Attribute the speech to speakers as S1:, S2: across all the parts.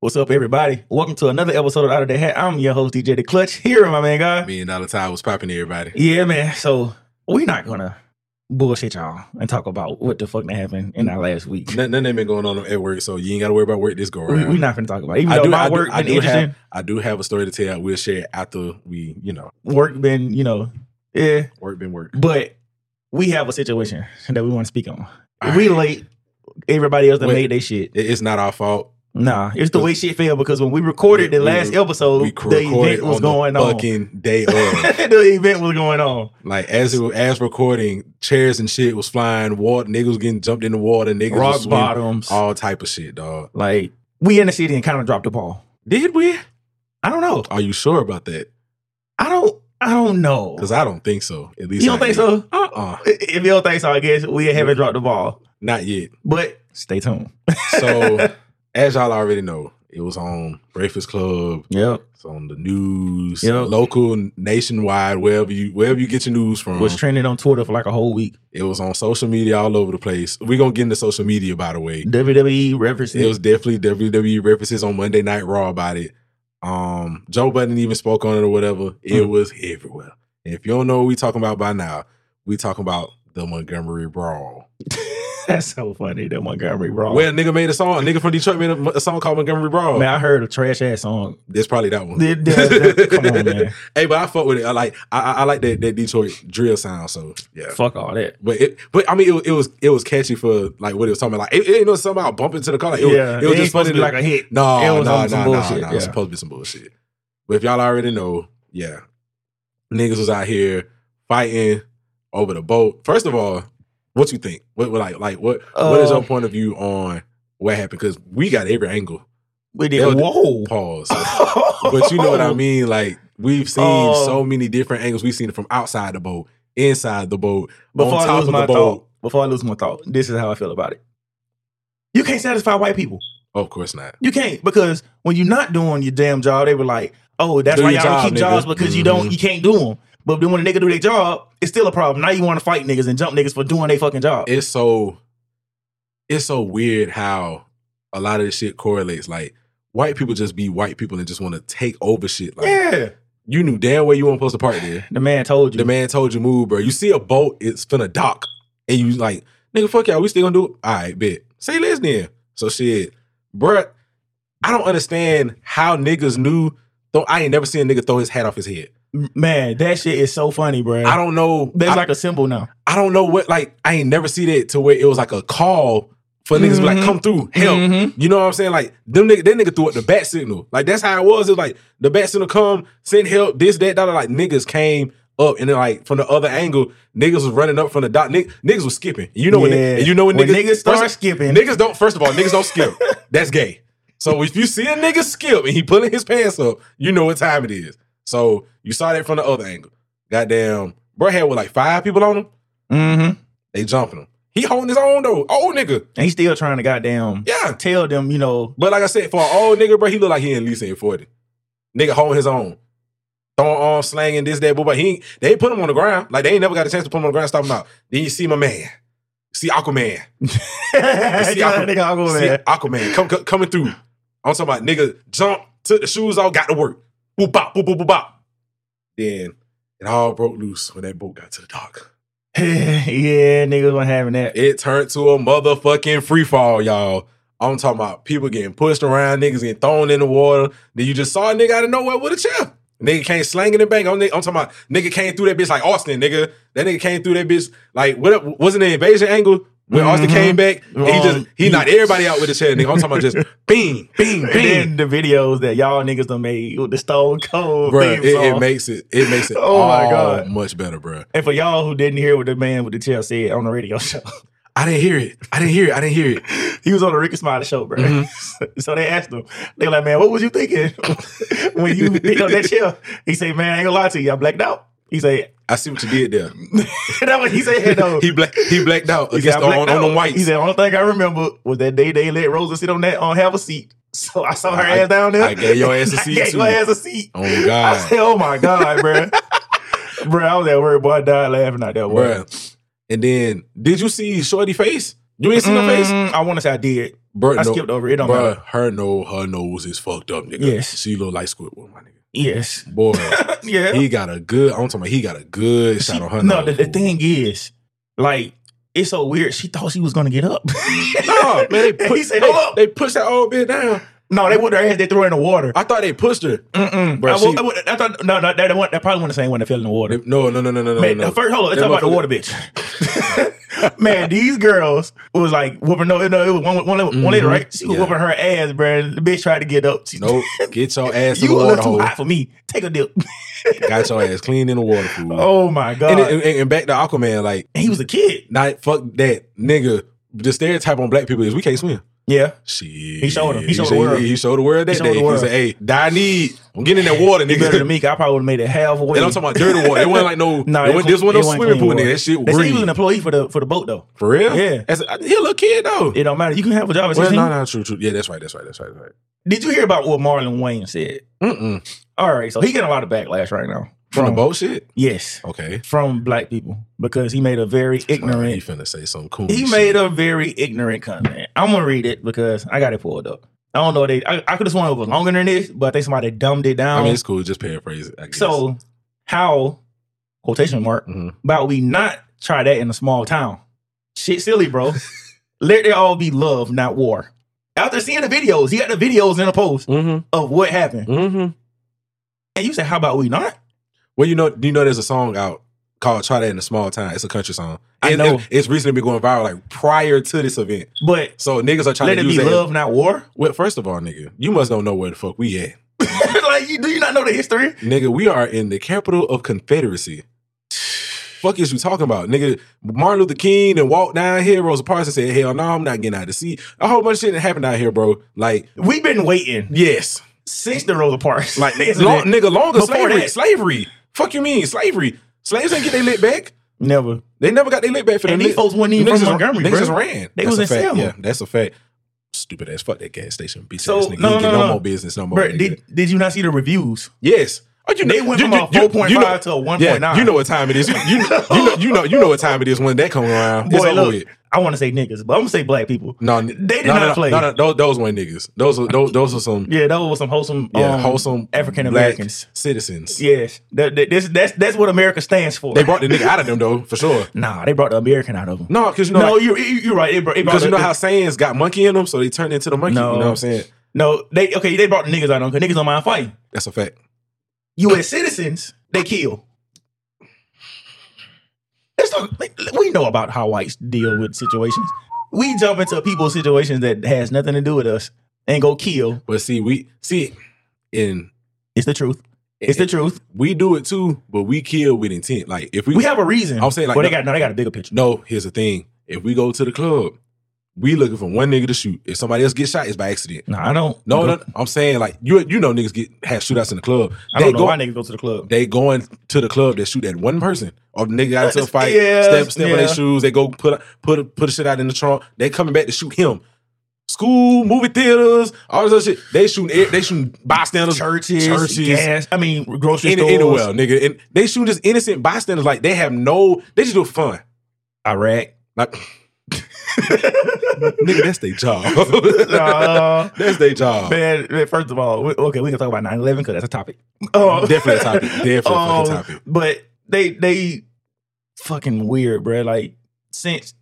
S1: What's up, everybody? Welcome to another episode of Out of the Hat. I'm your host, DJ The Clutch. Here, my man, God.
S2: Million dollar tie was popping to everybody.
S1: Yeah, man. So we're not gonna bullshit y'all and talk about what the fuck that happened in our last week.
S2: Nothing, nothing ain't been going on at work, so you ain't got to worry about work this go
S1: We,
S2: around.
S1: we're not gonna talk about it. Even
S2: I
S1: though
S2: do,
S1: my
S2: I, do,
S1: work
S2: I,
S1: been
S2: do
S1: interesting,
S2: have, I do have a story to tell. We'll share it after we, you know,
S1: work been you know, yeah.
S2: work been work.
S1: But we have a situation that we want to speak on.
S2: All
S1: We late. Everybody else that
S2: Wait.
S1: made their shit.
S2: It- it's not our fault.
S1: Nah, it's the way shit fell because when we recorded
S2: We-
S1: the
S2: we-
S1: last episode,
S2: We
S1: the
S2: recorded
S1: event was
S2: on
S1: going
S2: the
S1: on.
S2: fucking day of.
S1: the event was going on.
S2: like as it, was- as recording, chairs and shit was flying. Water niggas was getting jumped in the water. Niggas was
S1: Rock
S2: swimming,
S1: bottoms.
S2: All type of shit, dog.
S1: Like we in the city and kind of dropped the ball.
S2: Did we?
S1: I don't know.
S2: Are you sure about that?
S1: I don't. I don't know.
S2: Because I don't think so. At least
S1: You don't
S2: I
S1: think
S2: ain't.
S1: so?
S2: Uh,
S1: If you don't think so, I guess we haven't dropped the ball.
S2: not yet.
S1: But stay tuned.
S2: So, as y'all already know, it was on Breakfast Club.
S1: Yep.
S2: It's on the news,
S1: Yep.
S2: local, nationwide, wherever you wherever you get your news from.
S1: Was trending on Twitter for like a whole week.
S2: it was on social media all over the place. We're gonna get into social media by the way.
S1: WWE reference.
S2: It was definitely WWE references on Monday Night Raw about it. Um, Joe Budden even spoke on it or whatever. It
S1: Mm.
S2: was everywhere. And if you don't know what we talking about by now, we talking about the Montgomery Brawl.
S1: That's so funny. That Montgomery Raw.
S2: Well, oh. nigga made a song. nigga from Detroit made a, a song called Montgomery Brawl.
S1: man, I heard a trash ass song.
S2: That's probably that one.
S1: Yeah, yeah, yeah. Come on, man.
S2: Hey, but I fuck with it. I like I, I- I like that, that Detroit drill sound. So yeah.
S1: Fuck all that.
S2: But it, but I mean, it, was- it was it was catchy for like what it was talking about. Like it, it ain't no something about bumping to the car. Like, it,
S1: yeah,
S2: was, it was just
S1: supposed
S2: funny
S1: to be like a hit.
S2: no,
S1: it
S2: no,
S1: was
S2: no,
S1: on some
S2: no,
S1: bullshit,
S2: no.
S1: yeah.
S2: It's supposed to be some bullshit. But if y'all already know, yeah, niggas was out here fighting over the boat. First of all, what you think? What, what like like what what is
S1: Uh,
S2: your point of view on what happened? Because we got every angle.
S1: We did.
S2: It was-
S1: Whoa.
S2: Pause.
S1: but
S2: But you know what I mean? Like we've seen
S1: Oh.
S2: so many different angles. We've seen it from outside the boat, inside the boat,
S1: Before
S2: on
S1: I
S2: top
S1: lose
S2: of
S1: my
S2: the
S1: thought,
S2: boat.
S1: before I lose my thought, this is how I feel about it. You can't satisfy white people.
S2: of course not.
S1: You can't because when you're not doing your damn job, they were like, "Oh, that's
S2: Do
S1: why
S2: your
S1: y'all don't
S2: job,
S1: keep
S2: nigga.
S1: jobs because you don't,
S2: Mhm.
S1: you can't do them." But then when a nigga do their job, it's still a problem. Now you want to fight niggas and jump niggas for doing their fucking job.
S2: it's so it's so weird how a lot of this shit correlates. Like white people just be white people and just want to take over shit. Like
S1: yeah,
S2: you knew damn well you weren't supposed to park there.
S1: the man told you.
S2: The man told you move, bro. You see a boat, it's finna dock, and you like nigga, fuck y'all. We still gonna do it. All right, bet. Say less then. So shit, bruh, I don't understand how niggas knew. Though I ain't never seen a nigga throw his hat off his head.
S1: man, that shit is so funny, bro.
S2: I don't know.
S1: That's
S2: I-
S1: like a symbol now.
S2: I don't know what like I ain't never see that to where it was like a call for niggas to be like
S1: Mhm.
S2: come through help.
S1: Mhm.
S2: You know what I'm saying? Like them nigga, that nigga threw up the bat signal. Like that's how it was. It's like the bat signal come send help this that that. Like niggas came up and then like from the other angle niggas was running up from the dot. Nigg- niggas was skipping. You know when
S1: Yeah.
S2: and you know when,
S1: When
S2: niggas,
S1: niggas start
S2: first-
S1: skipping.
S2: Niggas don't. First of all, niggas don't skip. That's gay. So if you see a nigga skip and he pulling his pants up, you know what time it is. So you saw that from the other angle. Goddamn, bro had with like five people on him.
S1: Mm-hmm.
S2: They jumping him. He holding his own though. Old nigga.
S1: And he's still trying to goddamn
S2: Yeah.
S1: tell them, you know,
S2: But like I said, for an old nigga, bro, he look like he at least ain't 40. Nigga holding his own. Throwing on slanging this, that, but, but he ain't- they ain't put him on the ground. Like they ain't never got a chance to put him on the ground, stop him out. Then you see my man. See Aquaman.
S1: See,
S2: I-
S1: nigga, I'll go
S2: See
S1: there.
S2: Aquaman come, co- coming through. I'm talking about nigga jump, took the shoes off, got to work. Boop bop, boop, boop, boop, bop. Then it all broke loose when that boat got to the dock.
S1: yeah, niggas wasn't having that.
S2: It turned to a motherfucking free fall, y'all. I'm talking about people getting pushed around, niggas getting thrown in the water. Then you just saw a nigga out of nowhere with a chair. Nigga came slanging the bank. I'm, I'm talking about nigga came through that bitch like Austin, nigga. That nigga came through that bitch like what up, wasn't the invasion angle when Austin
S1: Mhm.
S2: came back. And he
S1: Um,
S2: just he
S1: you-
S2: knocked everybody out with a chair, nigga. I'm talking about just bing, bing,
S1: And then
S2: bing.
S1: the videos that y'all niggas done made with the Stone Cold
S2: Bruh,
S1: theme
S2: it, it
S1: song.
S2: makes it it makes it
S1: Oh my
S2: all
S1: God.
S2: much better, bruh.
S1: and for y'all who didn't hear what the man with the tail said on the radio show,
S2: I didn't hear it. I didn't hear it. I didn't hear it.
S1: he was on the Ricky Smiley show, bro.
S2: Mhm.
S1: so they asked him, they were like, man, what was you thinking when you picked up that chair? He said, man, I ain't gonna lie to you, I blacked out. He said,
S2: I see what you did there.
S1: that what he said, though.
S2: he black he blacked out
S1: He said,
S2: against
S1: "I
S2: the, on,
S1: blacked
S2: on
S1: out."
S2: the whites.
S1: He said, only thing I remember was that day they let Rosa sit on that on have a seat. So I saw her
S2: I-
S1: ass down there.
S2: I gave your ass a
S1: I
S2: seat,
S1: gave
S2: too.
S1: my ass a seat.
S2: Oh my
S1: I
S2: God,
S1: said, oh my God, bruh. bruh, I was at work, boy. I died laughing at that word.
S2: bruh. And then did you see Shorty face? You ain't seen no face,
S1: Mm, I want to say I did.
S2: Bro,
S1: Mm-hmm. I
S2: no,
S1: skipped over it. it don't matter.
S2: bruh, her no, her nose is fucked up, nigga.
S1: Yes.
S2: she look like Squidward, my nigga.
S1: Yes.
S2: Boy,
S1: yeah.
S2: he got a good. I'm talking about he got a good
S1: She-
S2: shot on her.
S1: no, the,
S2: nose,
S1: the
S2: fool.
S1: thing is, like, it's so weird. She thought she was gonna get up.
S2: No, man, they
S1: And he
S2: pushed.
S1: said,
S2: they,
S1: "Hold up."
S2: they pushed that old bitch down.
S1: no, they put her ass. They threw her in the water.
S2: I thought they pushed her.
S1: Mm-mm.
S2: Bruh,
S1: I,
S2: she-
S1: would- I would- I thought no, no, that, that, one- that probably wasn't the same one that fell in the water.
S2: They- No, no, no, no, no, no.
S1: Man,
S2: no.
S1: first, hold on. Let's
S2: That
S1: talk about the
S2: motherfucker-
S1: water, bitch. Man, these girls was like whooping. No, no, it was one, one, one lady,
S2: Mhm.
S1: right? She was
S2: Yeah.
S1: whooping her ass, bruh. The bitch tried to get up. She,
S2: Nope. Get your ass in
S1: you
S2: the
S1: a
S2: water
S1: little too
S2: hole.
S1: hot for me. Take a dip.
S2: Got your ass clean in the water pool.
S1: oh my god!
S2: and, and, and back to Aquaman, like,
S1: And he was a kid.
S2: not fuck that nigga. The stereotype on black people is we can't swim.
S1: Yeah.
S2: Shit.
S1: He showed 'em. He showed the
S2: said-
S1: world.
S2: He showed the world that
S1: showed
S2: day.
S1: the
S2: He
S1: world.
S2: said, hey, die need. I'm getting in that water,
S1: You better
S2: nigga.
S1: than me. 'cause I probably would have made it halfway.
S2: And I'm talking about dirty water. It wasn't like no,
S1: Nah,
S2: nah,
S1: it
S2: it wasn't,
S1: clean-
S2: this wasn't no
S1: it wasn't clean
S2: swimming pool, nigga.
S1: water.
S2: That shit
S1: They said he was
S2: green.
S1: an employee for the for the boat though.
S2: For real?
S1: Yeah.
S2: That's, I, he a little kid, though.
S1: It don't matter. You can have a job at
S2: well,
S1: 16.
S2: no, no, true, true. Yeah, that's right, that's right, that's right, that's right.
S1: Did you hear about what Marlon Wayne said?
S2: Mm-mm.
S1: All right, so he getting a lot of backlash right now
S2: From the boat shit?
S1: Yes,
S2: Okay.
S1: from black people because he made a very
S2: Nah, he
S1: ignorant.
S2: finna say some cool
S1: He made a very ignorant comment. I'm gonna read it because I got it pulled up. I don't know. They I, I could have sworn it was longer than this, but I think somebody dumbed it down.
S2: I mean, it's cool. Just paraphrase it. I guess.
S1: so how quotation mark
S2: Mhm.
S1: about we not try that in a small town. Shit silly, bro. Let there all be love, not war. After seeing the videos, he got the videos in the post
S2: Mm-hmm.
S1: of what happened.
S2: Mm-hmm.
S1: And you say, How about we not?
S2: Well, you know, do you know there's a song out called "Try That in a Small Town"? It's a country song.
S1: I
S2: And
S1: know.
S2: It's, it's recently been going viral, like prior to this event.
S1: But
S2: So niggas are trying
S1: let
S2: to
S1: it
S2: use
S1: be
S2: that.
S1: love, not war.
S2: Well, first of all, nigga, you must don't know where the fuck we at,
S1: like, you, do you not know the history?
S2: nigga. We are in the capital of Confederacy. Fuck is you talking about, nigga? Martin Luther King and walked down here, Rosa Parks, and said, "Hell no, I'm not getting out of the seat." A whole bunch of shit that happened out here, bro. Like,
S1: We've been waiting
S2: yes,
S1: since the Rosa Parks.
S2: Like nigga,
S1: incident.
S2: long, nigga longer
S1: Before
S2: slavery.
S1: that.
S2: Slavery. Fuck you mean slavery? Slaves ain't get their lit back.
S1: never.
S2: They never got their lit back for
S1: And
S2: them
S1: these folks wasn't even
S2: niggas
S1: from
S2: is-
S1: Montgomery,
S2: niggas
S1: bro.
S2: just ran.
S1: They was
S2: That's a
S1: in
S2: fact.
S1: Selma.
S2: Yeah, that's a fact. Stupid ass. Fuck that gas station. Bitch
S1: So,
S2: ass nigga.
S1: no,
S2: you ain't
S1: no,
S2: get no,
S1: no.
S2: more business. No more.
S1: Bro,
S2: nigga.
S1: did, did you not see the reviews?
S2: yes. Oh, you
S1: They
S2: know-
S1: went
S2: you-
S1: from
S2: you-
S1: a
S2: you-
S1: 4.5
S2: you know-
S1: to a 1.9.
S2: Yeah, you know what time it is. You, you, you know, you know, you know what time it is when that come around. it's
S1: Boy,
S2: over
S1: look,
S2: with.
S1: I want to say niggas, but I'm going to say black people.
S2: No, they
S1: did not play.
S2: No, no, those, those weren't niggas. Those, are- those, those are some
S1: Yeah, that was some wholesome,
S2: yeah,
S1: um,
S2: wholesome
S1: African
S2: black
S1: Americans.
S2: citizens.
S1: Yes, that, that- this, that's that's what America stands for.
S2: They brought the nigga out of them though, for sure.
S1: nah, they brought the American out of them.
S2: No, because you know,
S1: No,
S2: like,
S1: you're you- you're right. They brought, they brought
S2: Because you
S1: the-
S2: know how Saiyans got monkey in them, so they turned into the monkey.
S1: No.
S2: You know what I'm saying?
S1: no they okay they brought the niggas out of them because niggas don't mind fighting.
S2: That's a fact.
S1: U.S. citizens, they kill. Let's talk. We know about how whites deal with situations. We jump into people's situations that has nothing to do with us and go kill.
S2: But see, we see in
S1: It's the truth. It's
S2: Eh,
S1: the truth.
S2: we do it too, but we kill with intent. Like if we,
S1: We have a reason.
S2: I'm saying, like,
S1: well, they
S2: no-
S1: got no, they got a bigger picture.
S2: no, here's the thing. If we go to the club, we looking for one nigga to shoot. If somebody else gets shot, it's by accident.
S1: No, I don't.
S2: No, no, I'm saying like you you know niggas get have shootouts in the club.
S1: I don't
S2: They
S1: know
S2: go-
S1: why niggas go to the club.
S2: they going to the club. They shoot at one person, or the nigga got into a fight.
S1: Yeah,
S2: step step on
S1: yeah.
S2: their shoes. They go put put put the shit out in the trunk. They coming back to shoot him. School, movie theaters, all this other shit. They shooting. e- They shooting bystanders,
S1: Churches, gas. I mean, grocery
S2: any,
S1: stores.
S2: anywhere, nigga. And they shooting just innocent bystanders. Like they have no. They just do it for fun.
S1: Iraq.
S2: Like nigga, that's their job.
S1: Nah.
S2: that's their job.
S1: Man, man, first of all, we, okay, we can talk about 9-11 because that's a topic. Oh.
S2: Definitely a topic. Definitely a fucking
S1: Um,
S2: topic.
S1: But they they fucking weird, bruh. Like since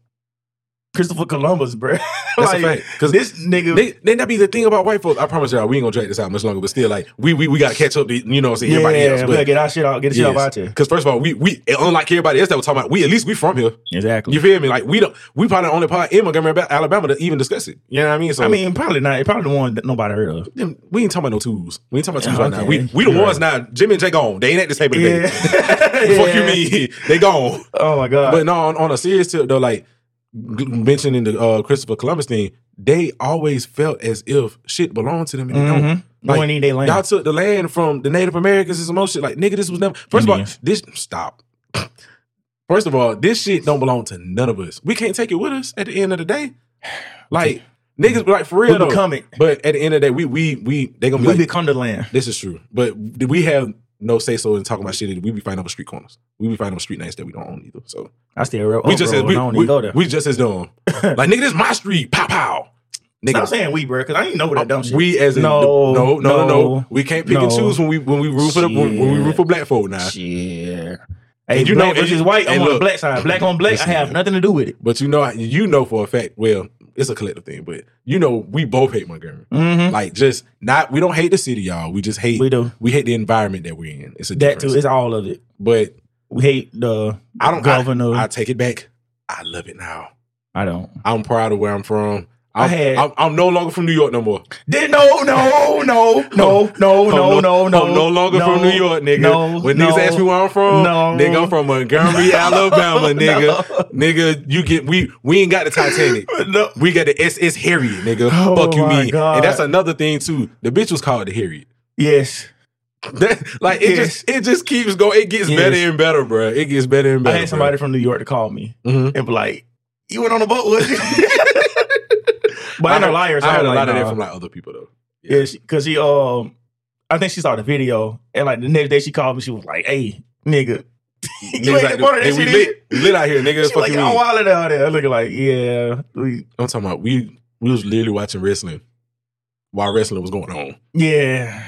S1: Christopher Columbus, bruh.
S2: That's
S1: like
S2: a fact. Because
S1: this nigga,
S2: They, then that be the thing about white folks. I promise y'all, we ain't gonna drag this out much longer. But still, like we we, we gotta catch up. To, you know, what I'm saying
S1: yeah,
S2: everybody
S1: we
S2: else.
S1: gotta
S2: But
S1: get our shit out, get the shit out out here.
S2: because first of all, we we unlike everybody else that was talking about. We at least we from here.
S1: Exactly.
S2: You feel me? Like we don't. We probably the only part in Montgomery, Alabama- Alabama, to even discuss it. You know what I mean? So
S1: I mean, probably not. Probably the one that nobody heard of.
S2: them- we ain't talking about no twos. We ain't talking about twos right now.
S1: Okay.
S2: We we the
S1: You're
S2: ones now. Jimmy and Jay gone. They ain't at this table today.
S1: Yeah.
S2: Fuck you
S1: Yeah.
S2: mean? They gone.
S1: Oh my god.
S2: But no, on, on a serious tip though, like g- mentioning the uh, Christopher Columbus thing, they always felt as if shit belonged to them and they don't.
S1: Mhm.
S2: like,
S1: no one need their land.
S2: Y'all took the land from the Native Americans and some more shit. Like, nigga, this was never. First
S1: Indians.
S2: of all, this stop. First of all, this shit don't belong to none of us. We can't take it with us at the end of the day. Like, niggas, like for
S1: we
S2: real though.
S1: become it.
S2: But at the end of the day, we we we they gonna be
S1: We
S2: like,
S1: become the land.
S2: this is true. But did we have no say so in talking about shit? that We be fighting over street corners. We be fighting over street names that we don't own either. So
S1: I stay real.
S2: we just as
S1: I
S2: we,
S1: Oh, don't
S2: we,
S1: even go there.
S2: we just as dumb. like nigga, this my street. Pow pow.
S1: Stop
S2: Nigga, Oh,
S1: saying we, bro, because I ain't know that dumb shit.
S2: we as in
S1: No,
S2: the- no, no, no,
S1: no,
S2: no. We can't pick and
S1: no.
S2: choose when we when we root for the, when, when we root for black folk now.
S1: Shit. Hey,
S2: And you
S1: you
S2: know-
S1: black know, versus
S2: and-
S1: white. I'm
S2: and
S1: on the
S2: look,
S1: black side. Black on black. I
S2: listen,
S1: have
S2: man.
S1: nothing to do with it.
S2: But you know, you know for a fact. Well, it's a collective thing, but you know, we both hate Montgomery.
S1: Mm-hmm.
S2: Like, just not. We don't hate the city, y'all. We just hate.
S1: We do
S2: We hate the environment that we're in. It's a
S1: that
S2: difference.
S1: too. It's all of it.
S2: but
S1: We hate the
S2: I don't.
S1: governor.
S2: I,
S1: I,
S2: I take it back. I love it now.
S1: don't.
S2: I'm proud of where I'm from.
S1: I
S2: I'm,
S1: had-
S2: I'm, I'm no longer from New York no more.
S1: Did, no, no, no, no, no, Oh, no,
S2: I'm
S1: no, no.
S2: I'm no longer
S1: no,
S2: from New York, nigga.
S1: no,
S2: when
S1: no,
S2: niggas ask me where I'm from,
S1: no.
S2: nigga, I'm from Montgomery, Alabama, nigga. Nigga, you get we we ain't got the Titanic.
S1: No. no.
S2: We got the SS Harriet, nigga.
S1: Oh
S2: Fuck you
S1: my
S2: mean.
S1: God.
S2: And that's another thing too. The bitch was called the Harriet.
S1: Yes.
S2: That- like
S1: Yes.
S2: it just it just keeps going. It gets
S1: Yes.
S2: better and better, bruh. It gets better and
S1: I
S2: better.
S1: had somebody from New York to call me
S2: bruh. Mhm.
S1: and be like, you went on a boat with you. but I,
S2: I
S1: know
S2: heard-
S1: liars.
S2: I heard
S1: I'm
S2: a
S1: like,
S2: lot of that
S1: nah.
S2: from like other people though.
S1: Yeah, because she, um, I think she saw the video, and like the next day she called me. She was like, "Hey, nigga, you
S2: Niggas
S1: ain't
S2: like,
S1: a part of that
S2: "Hey, we
S1: shit."
S2: lit, we lit out here,
S1: either."
S2: nigga.
S1: She was
S2: Fuck
S1: like,
S2: you
S1: "Y'all
S2: mean.
S1: wilding out there." Looking like, yeah, we,
S2: I'm talking about we we was literally watching wrestling while wrestling was going on.
S1: yeah,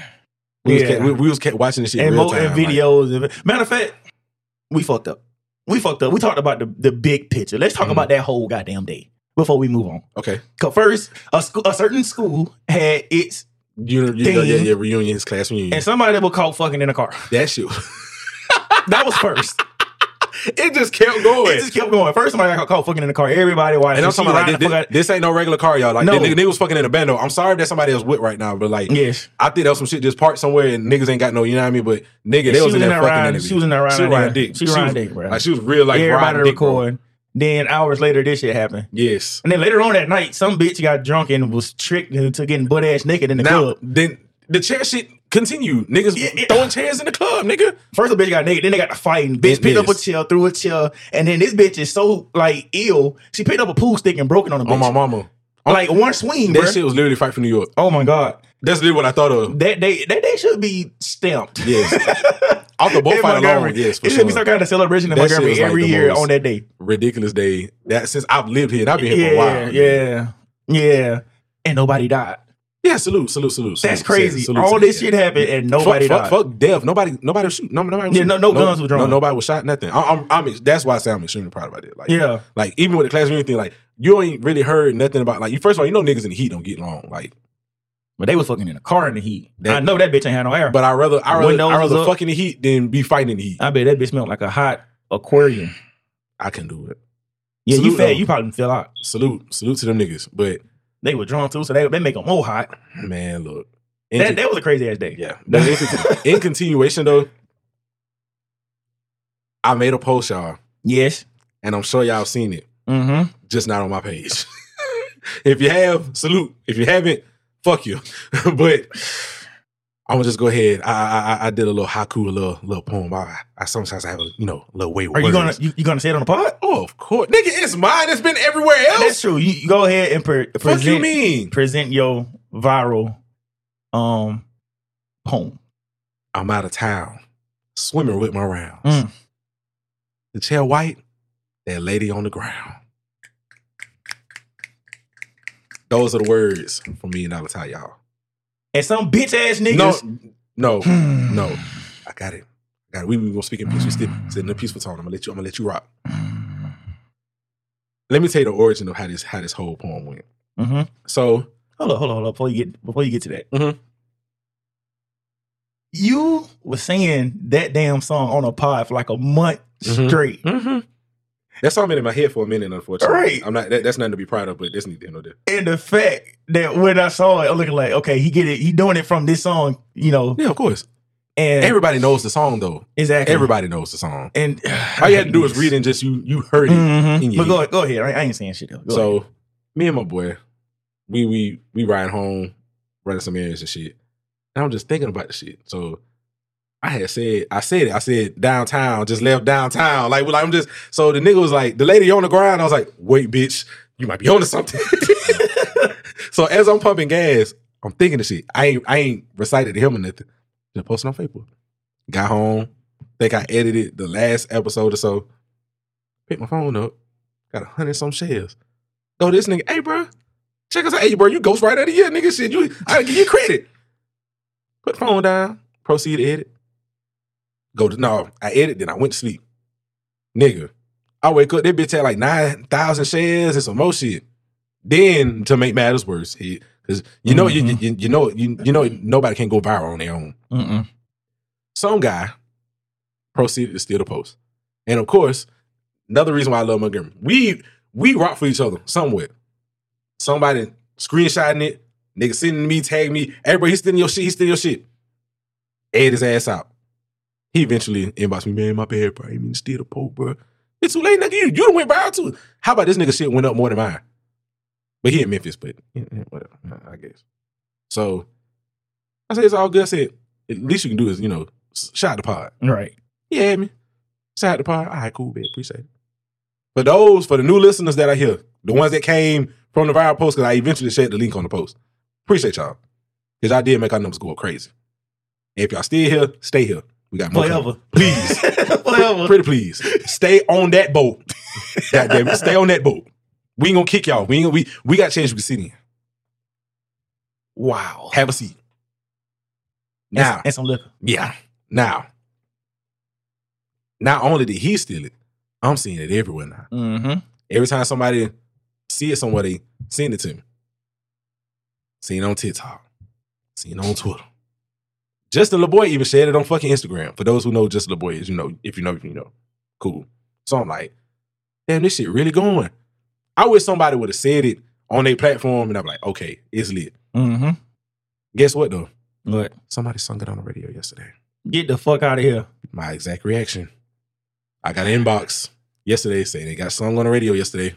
S2: We was
S1: Yeah.
S2: kept, we, we was kept watching this shit
S1: and,
S2: real
S1: mo-
S2: time.
S1: and
S2: like,
S1: videos. and- matter of fact, we fucked up. We fucked up. We talked about the the big picture. Let's talk
S2: Mhm.
S1: about that whole goddamn day before we move on.
S2: okay,
S1: Cause first, a school, a certain school had its,
S2: you know, you know,
S1: Thing.
S2: yeah, yeah, reunion, his class reunion.
S1: and somebody was caught fucking in a car.
S2: that shit,
S1: That was first.
S2: it just kept going.
S1: it just kept going. First, somebody got caught fucking in the car. Everybody watched.
S2: and I'm
S1: She
S2: talking about
S1: riding
S2: like,
S1: the
S2: this,
S1: fuck out-
S2: this, ain't no regular car, y'all. Like
S1: No.
S2: no. nigga, nigga was fucking in a bando. I'm sorry that somebody else with right now, but like
S1: Yes.
S2: I think that was some shit just parked somewhere and niggas ain't got no, you know what I mean? But nigga,
S1: she
S2: they was in that fucking
S1: ride-
S2: interview.
S1: She was in that ride.
S2: She riding dick.
S1: She
S2: She
S1: riding
S2: was-
S1: dick, bro.
S2: like she was real like
S1: Everybody
S2: riding dick, bro.
S1: recording. Then hours later, this shit happened.
S2: Yes.
S1: And then later on that night, some bitch got drunk and was tricked into getting butt ass naked in the
S2: now
S1: club.
S2: then the chair shit continued. Niggas
S1: Yeah, yeah.
S2: throwing chairs in the club, nigga.
S1: First, the bitch got naked. Then they got to fighting. Bitch
S2: It
S1: picked up a
S2: is.
S1: chair, threw a chair, and then this bitch is so like ill. She picked up a pool stick and broke it on the bitch.
S2: On my Oh, mama.
S1: like one swing,
S2: That
S1: bro.
S2: shit was literally fight for New York.
S1: Oh my god.
S2: That's literally what I thought of.
S1: That they that they should be stamped.
S2: Yes. Off the boat
S1: In
S2: fight
S1: Montgomery.
S2: alone, yes, for
S1: it should
S2: sure.
S1: be some kind of celebration in
S2: That shit
S1: Montgomery
S2: was, like,
S1: every
S2: the
S1: year
S2: most-
S1: on that day.
S2: Ridiculous day. That since I've lived here, and I've been here for a while.
S1: Yeah, yeah. And nobody died.
S2: Yeah, salute, salute, salute.
S1: That's
S2: salute,
S1: crazy.
S2: salute,
S1: All
S2: salute,
S1: this
S2: yeah.
S1: shit happened and nobody
S2: fuck,
S1: died.
S2: fuck, fuck death. Nobody, nobody was shoot. No, nobody. Was
S1: Yeah, no- no guns were drawn.
S2: No, nobody was shot. Nothing. I, I'm, I'm. That's why I say I'm extremely proud about it. Like,
S1: Yeah.
S2: like even with the class reunion thing, like you ain't really heard nothing about. Like, you first of all, you know niggas in the heat don't get along. Like,
S1: But they was fucking in a car in the heat.
S2: That-
S1: I know that bitch ain't had no air. But
S2: but I rather, I rather,
S1: Windows
S2: I
S1: was
S2: rather
S1: up.
S2: fuck in the heat than be fighting in the heat.
S1: I bet that bitch smelled like a hot aquarium.
S2: I can do it.
S1: Yeah, you
S2: Salute
S1: fat,
S2: them.
S1: you probably fell out.
S2: Salute, salute to them niggas. But
S1: They were drunk too, so they, they make them more hot.
S2: man, look, in
S1: That, that was a crazy ass day.
S2: Yeah. But in, conti- in continuation though, I made a post, y'all,
S1: Yes.
S2: and I'm sure y'all seen it,
S1: Mm-hmm.
S2: just not on my page. if you have, salute. If you haven't, fuck you. but I'm gonna just go ahead. I, I- I I did a little haiku, a little little poem. I, I sometimes I have a you know a little way.
S1: Are you gonna you, you gonna say it on the pod?
S2: Oh, of course, nigga. It's mine. It's been everywhere
S1: That's
S2: else.
S1: true. You, you go ahead and pre-
S2: Fuck
S1: present
S2: you mean?
S1: present your viral um poem.
S2: I'm out of town, swimming with my rounds.
S1: Mm.
S2: The chair white, that lady on the ground. Those are the words from me and I'll tell y'all.
S1: And some bitch ass
S2: No,
S1: niggas.
S2: no,
S1: Hmm.
S2: no. I got it. I got it. We, we gonna speak in peace. We still sit in a peaceful tone. I'm gonna let you. I'm gonna let you rock. Let me tell you the origin of how this how this whole poem went.
S1: Mm-hmm.
S2: So
S1: Hold on, hold on, hold on. Before you get before you get to that,
S2: Mhm.
S1: you were singing that damn song on a pod for like a month
S2: Mhm.
S1: straight.
S2: that's all been in my head for a minute. Unfortunately,
S1: Mm-hmm. Right.
S2: I'm not. That, that's nothing to be proud of. But that's neither here nor there.
S1: And the fact that when I saw it, I'm looking like, okay, he get it, he doing it from this song, you know.
S2: Yeah, of course.
S1: And
S2: Everybody knows the song though.
S1: exactly
S2: Everybody knows the song.
S1: And
S2: All you had to do is read it and just you you heard it. in
S1: hmm
S2: your
S1: But go go ahead. I, I ain't saying shit though. Go ahead.
S2: So me and my boy, we we we ride home, running some errands and shit. And I'm just thinking about the shit. So I had said, I said it, I said downtown, just left downtown. Like, like I'm just so the nigga was like, the lady on the ground, I was like, wait, bitch, you might be onto something. so as I'm pumping gas, I'm thinking the shit. I ain't I ain't recited to him or nothing. Just posting on Facebook. Got home, think I edited the last episode or so. Pick my phone up, got a hundred some shares. Go to this nigga, hey bro, Check us out. Hey, bro, you ghost right out of here, nigga. Shit, you I give you credit. Put the phone down. Proceed to edit. Go to no, I edit, then I went to sleep. Nigga. I wake up, that bitch had like 9,000 shares and some more shit. Then to make matters worse, because you know you-
S1: Mhm.
S2: you, you know you, you know nobody can go viral on their own
S1: Mm-mm.
S2: some guy proceeded to steal the post. And of course, another reason why I love Montgomery, we we rock for each other somewhere. Somebody screenshotting it, nigga sending me, tag me, everybody, he's stealing your shit, he's stealing your shit. Ed his ass out. He eventually inboxed me, man, my bad, bro. I didn't mean to steal the post, bro. It's too late, nigga. You, you done went viral too. How about this nigga shit went up more than mine? But he in Memphis, but yeah, yeah, whatever, I guess. So I said, it's all good. I said, at least you can do is, you know, s- shout out the pod.
S1: Right.
S2: Yeah, had me. Shout out the pod. All right, cool, man. Appreciate it. For those, for the new listeners that are here, the ones that came from the viral post, because I eventually shared the link on the post. Appreciate y'all. Because I did make our numbers go up crazy. If y'all still here, stay here. We got more. coming.
S1: Forever.
S2: Please.
S1: Forever.
S2: Pretty please. Stay on that boat. God damn it. Stay on that boat. We ain't gonna kick y'all. We ain't gonna, we, we got chance to be sitting here.
S1: Wow.
S2: Have a seat.
S1: And-
S2: Now.
S1: and some liquor.
S2: Yeah. Now, not only did he steal it, I'm seeing it everywhere now.
S1: Mm-hmm.
S2: Every time somebody see it somewhere, they send it to me. Seen it on TikTok. Seen it on Twitter. Justin LeBoy even shared it on fucking Instagram. For those who know Justin LeBoy is, you know, if you know, if you know. Cool. So I'm like, damn, this shit really going. I wish somebody would have said it on their platform and I'm like, okay, it's lit.
S1: Mm-hmm.
S2: Guess what though?
S1: Look,
S2: Somebody sung it on the radio yesterday.
S1: get the fuck out of here.
S2: my exact reaction. I got an inbox yesterday saying they got song on the radio yesterday.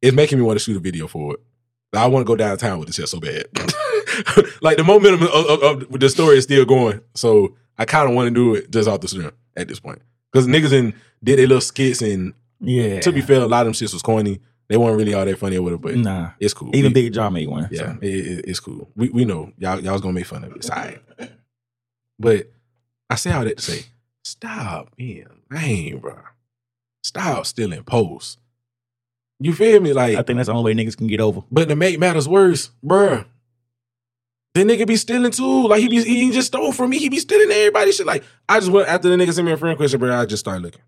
S2: It's making me want to shoot a video for it. I want to go downtown with the chest so bad. like the momentum of, of- of the story is still going, so I kind of want to do it just off the strength at this point. Because niggas in did their little skits, and
S1: Yeah.
S2: to be fair, a lot of them shits was corny. They weren't really all that funny or whatever, but
S1: Nah.
S2: it's cool.
S1: Even
S2: We-
S1: Big John made one.
S2: yeah,
S1: so.
S2: it, it- it's cool. We we know y'all y'all was gonna make fun of it. It's all right. But I say all that to say, stop being lame, bro. Stop stealing posts. You feel me? Like,
S1: I think that's the only way niggas can get over.
S2: but to make matters worse, bruh, the nigga be stealing too. Like he be he just stole from me. He be stealing everybody shit. Like I just went after the nigga sent me a friend question, bro. I just started looking.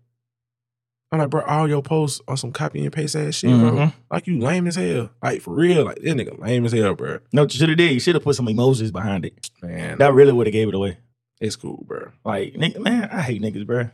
S2: I'm like, bro, all your posts are some copy and paste ass shit, bro.
S1: Mhm.
S2: Like you lame as hell. Like for real. Like this nigga lame as hell, bro.
S1: No, you should have did. You should have put some emojis behind it.
S2: Man,
S1: That really would have gave it away.
S2: it's cool, bro.
S1: Like, nigga, man, I hate niggas, bro.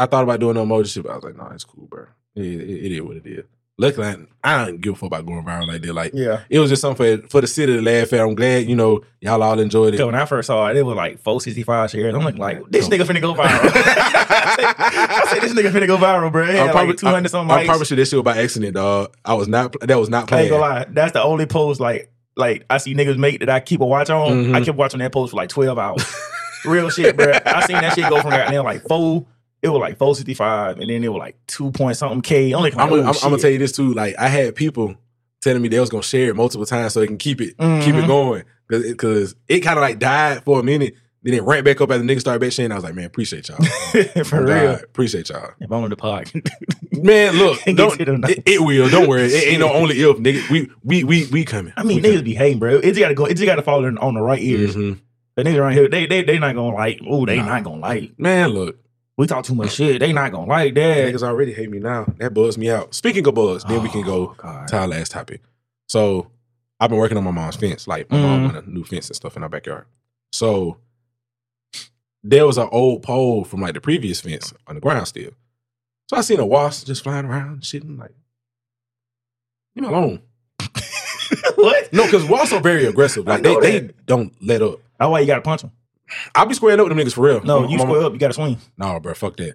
S2: I thought about doing no emoji shit, but I was like, nah, it's cool, bro. It, it, it is what it is. Luckily, I, I don't give a fuck about going viral like that. Like,
S1: Yeah.
S2: it was just something for, for the city to laugh at. I'm glad, you know, y'all all enjoyed it.
S1: When I first saw it, it was like 465 shares. I'm like, like this
S2: No.
S1: nigga finna go viral. I said, this nigga finna go viral, bro. It
S2: I
S1: had
S2: probably-
S1: like 200 something
S2: I
S1: likes.
S2: promise you, this shit was by accident, dog. I was not, that was
S1: I
S2: not
S1: ain't
S2: planned.
S1: gonna lie. That's the only post like like I see niggas make that I keep a watch on.
S2: Mhm.
S1: I kept watching that post for like 12 hours. Real shit, bro. I seen that shit go from goddamn like four. It was like 465, and then it was like two point something K. I'm like,
S2: I'm, gonna-
S1: oh,
S2: I'm, I'm gonna
S1: shit.
S2: tell you this too. Like, I had people telling me they was gonna share it multiple times so they can keep it, keep it
S1: Mhm.
S2: going. Cause it, cause it kind of like died for a minute. Then it ramped back up as the nigga started back sharing. I was like, man, appreciate y'all.
S1: For
S2: Oh,
S1: real.
S2: God, appreciate y'all.
S1: If I'm on the pod.
S2: Man, look,
S1: Get
S2: don't,
S1: to them now.
S2: it, it will. Don't worry. It ain't no only if, nigga. We we we we coming.
S1: I mean,
S2: we
S1: niggas be hating, bro. It just gotta go. It just gotta fall in, on the right
S2: coming.
S1: ears.
S2: Mhm.
S1: The niggas around here, they they they not gonna like. Oh, they
S2: Nah.
S1: not gonna like.
S2: Man, look,
S1: We talk too much shit. They not gonna like that.
S2: niggas already hate me now. That buzzed me out. Speaking of buzz, then we can
S1: Oh,
S2: go
S1: God.
S2: to our last topic. So, I've been working on my mom's fence. Like my mom
S1: Mhm.
S2: want a new fence and stuff in our backyard. So, there was an old pole from like the previous fence on the ground still. So I seen a wasp just flying around, and shit, and like, leave me alone.
S1: what?
S2: No, because wasps are very aggressive.
S1: I
S2: Like they,
S1: know
S2: they
S1: that.
S2: don't let up.
S1: That's why you gotta punch them.
S2: I'll be squaring up with them niggas for real.
S1: No,
S2: I'm-
S1: you
S2: I'm-
S1: square up. You gotta swing.
S2: Nah, bro, fuck that.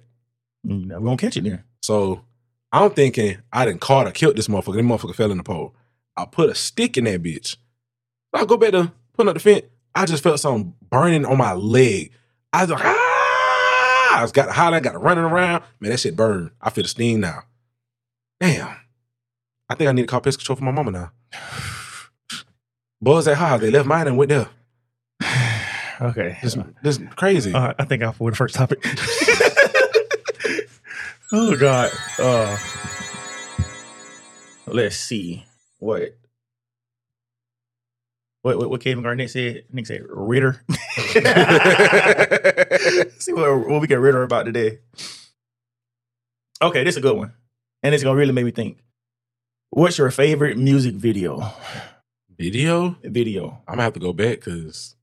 S1: You know, we gonna catch it there.
S2: So I'm thinking I didn't caught or killed this motherfucker. This motherfucker fell in the pole. I put a stick in that bitch. I go back to putting up the fence. I just felt something burning on my leg. I was like, ah! I was got hollering, I got running around. Man, that shit burned. I feel the steam now. Damn. I think I need to call pest control for my mama now. Buzz at her house. They left mine and went there.
S1: Okay.
S2: This, this crazy.
S1: Uh, I think I for the first topic. oh God. Uh, Let's see what. What, what, what Kevin Garnett said? Nick said Ritter. see what, what we get Ritter about today. Okay, this is a good one. And it's going to really make me think. What's your favorite music video?
S2: Video?
S1: Video.
S2: I'm gonna have to go back because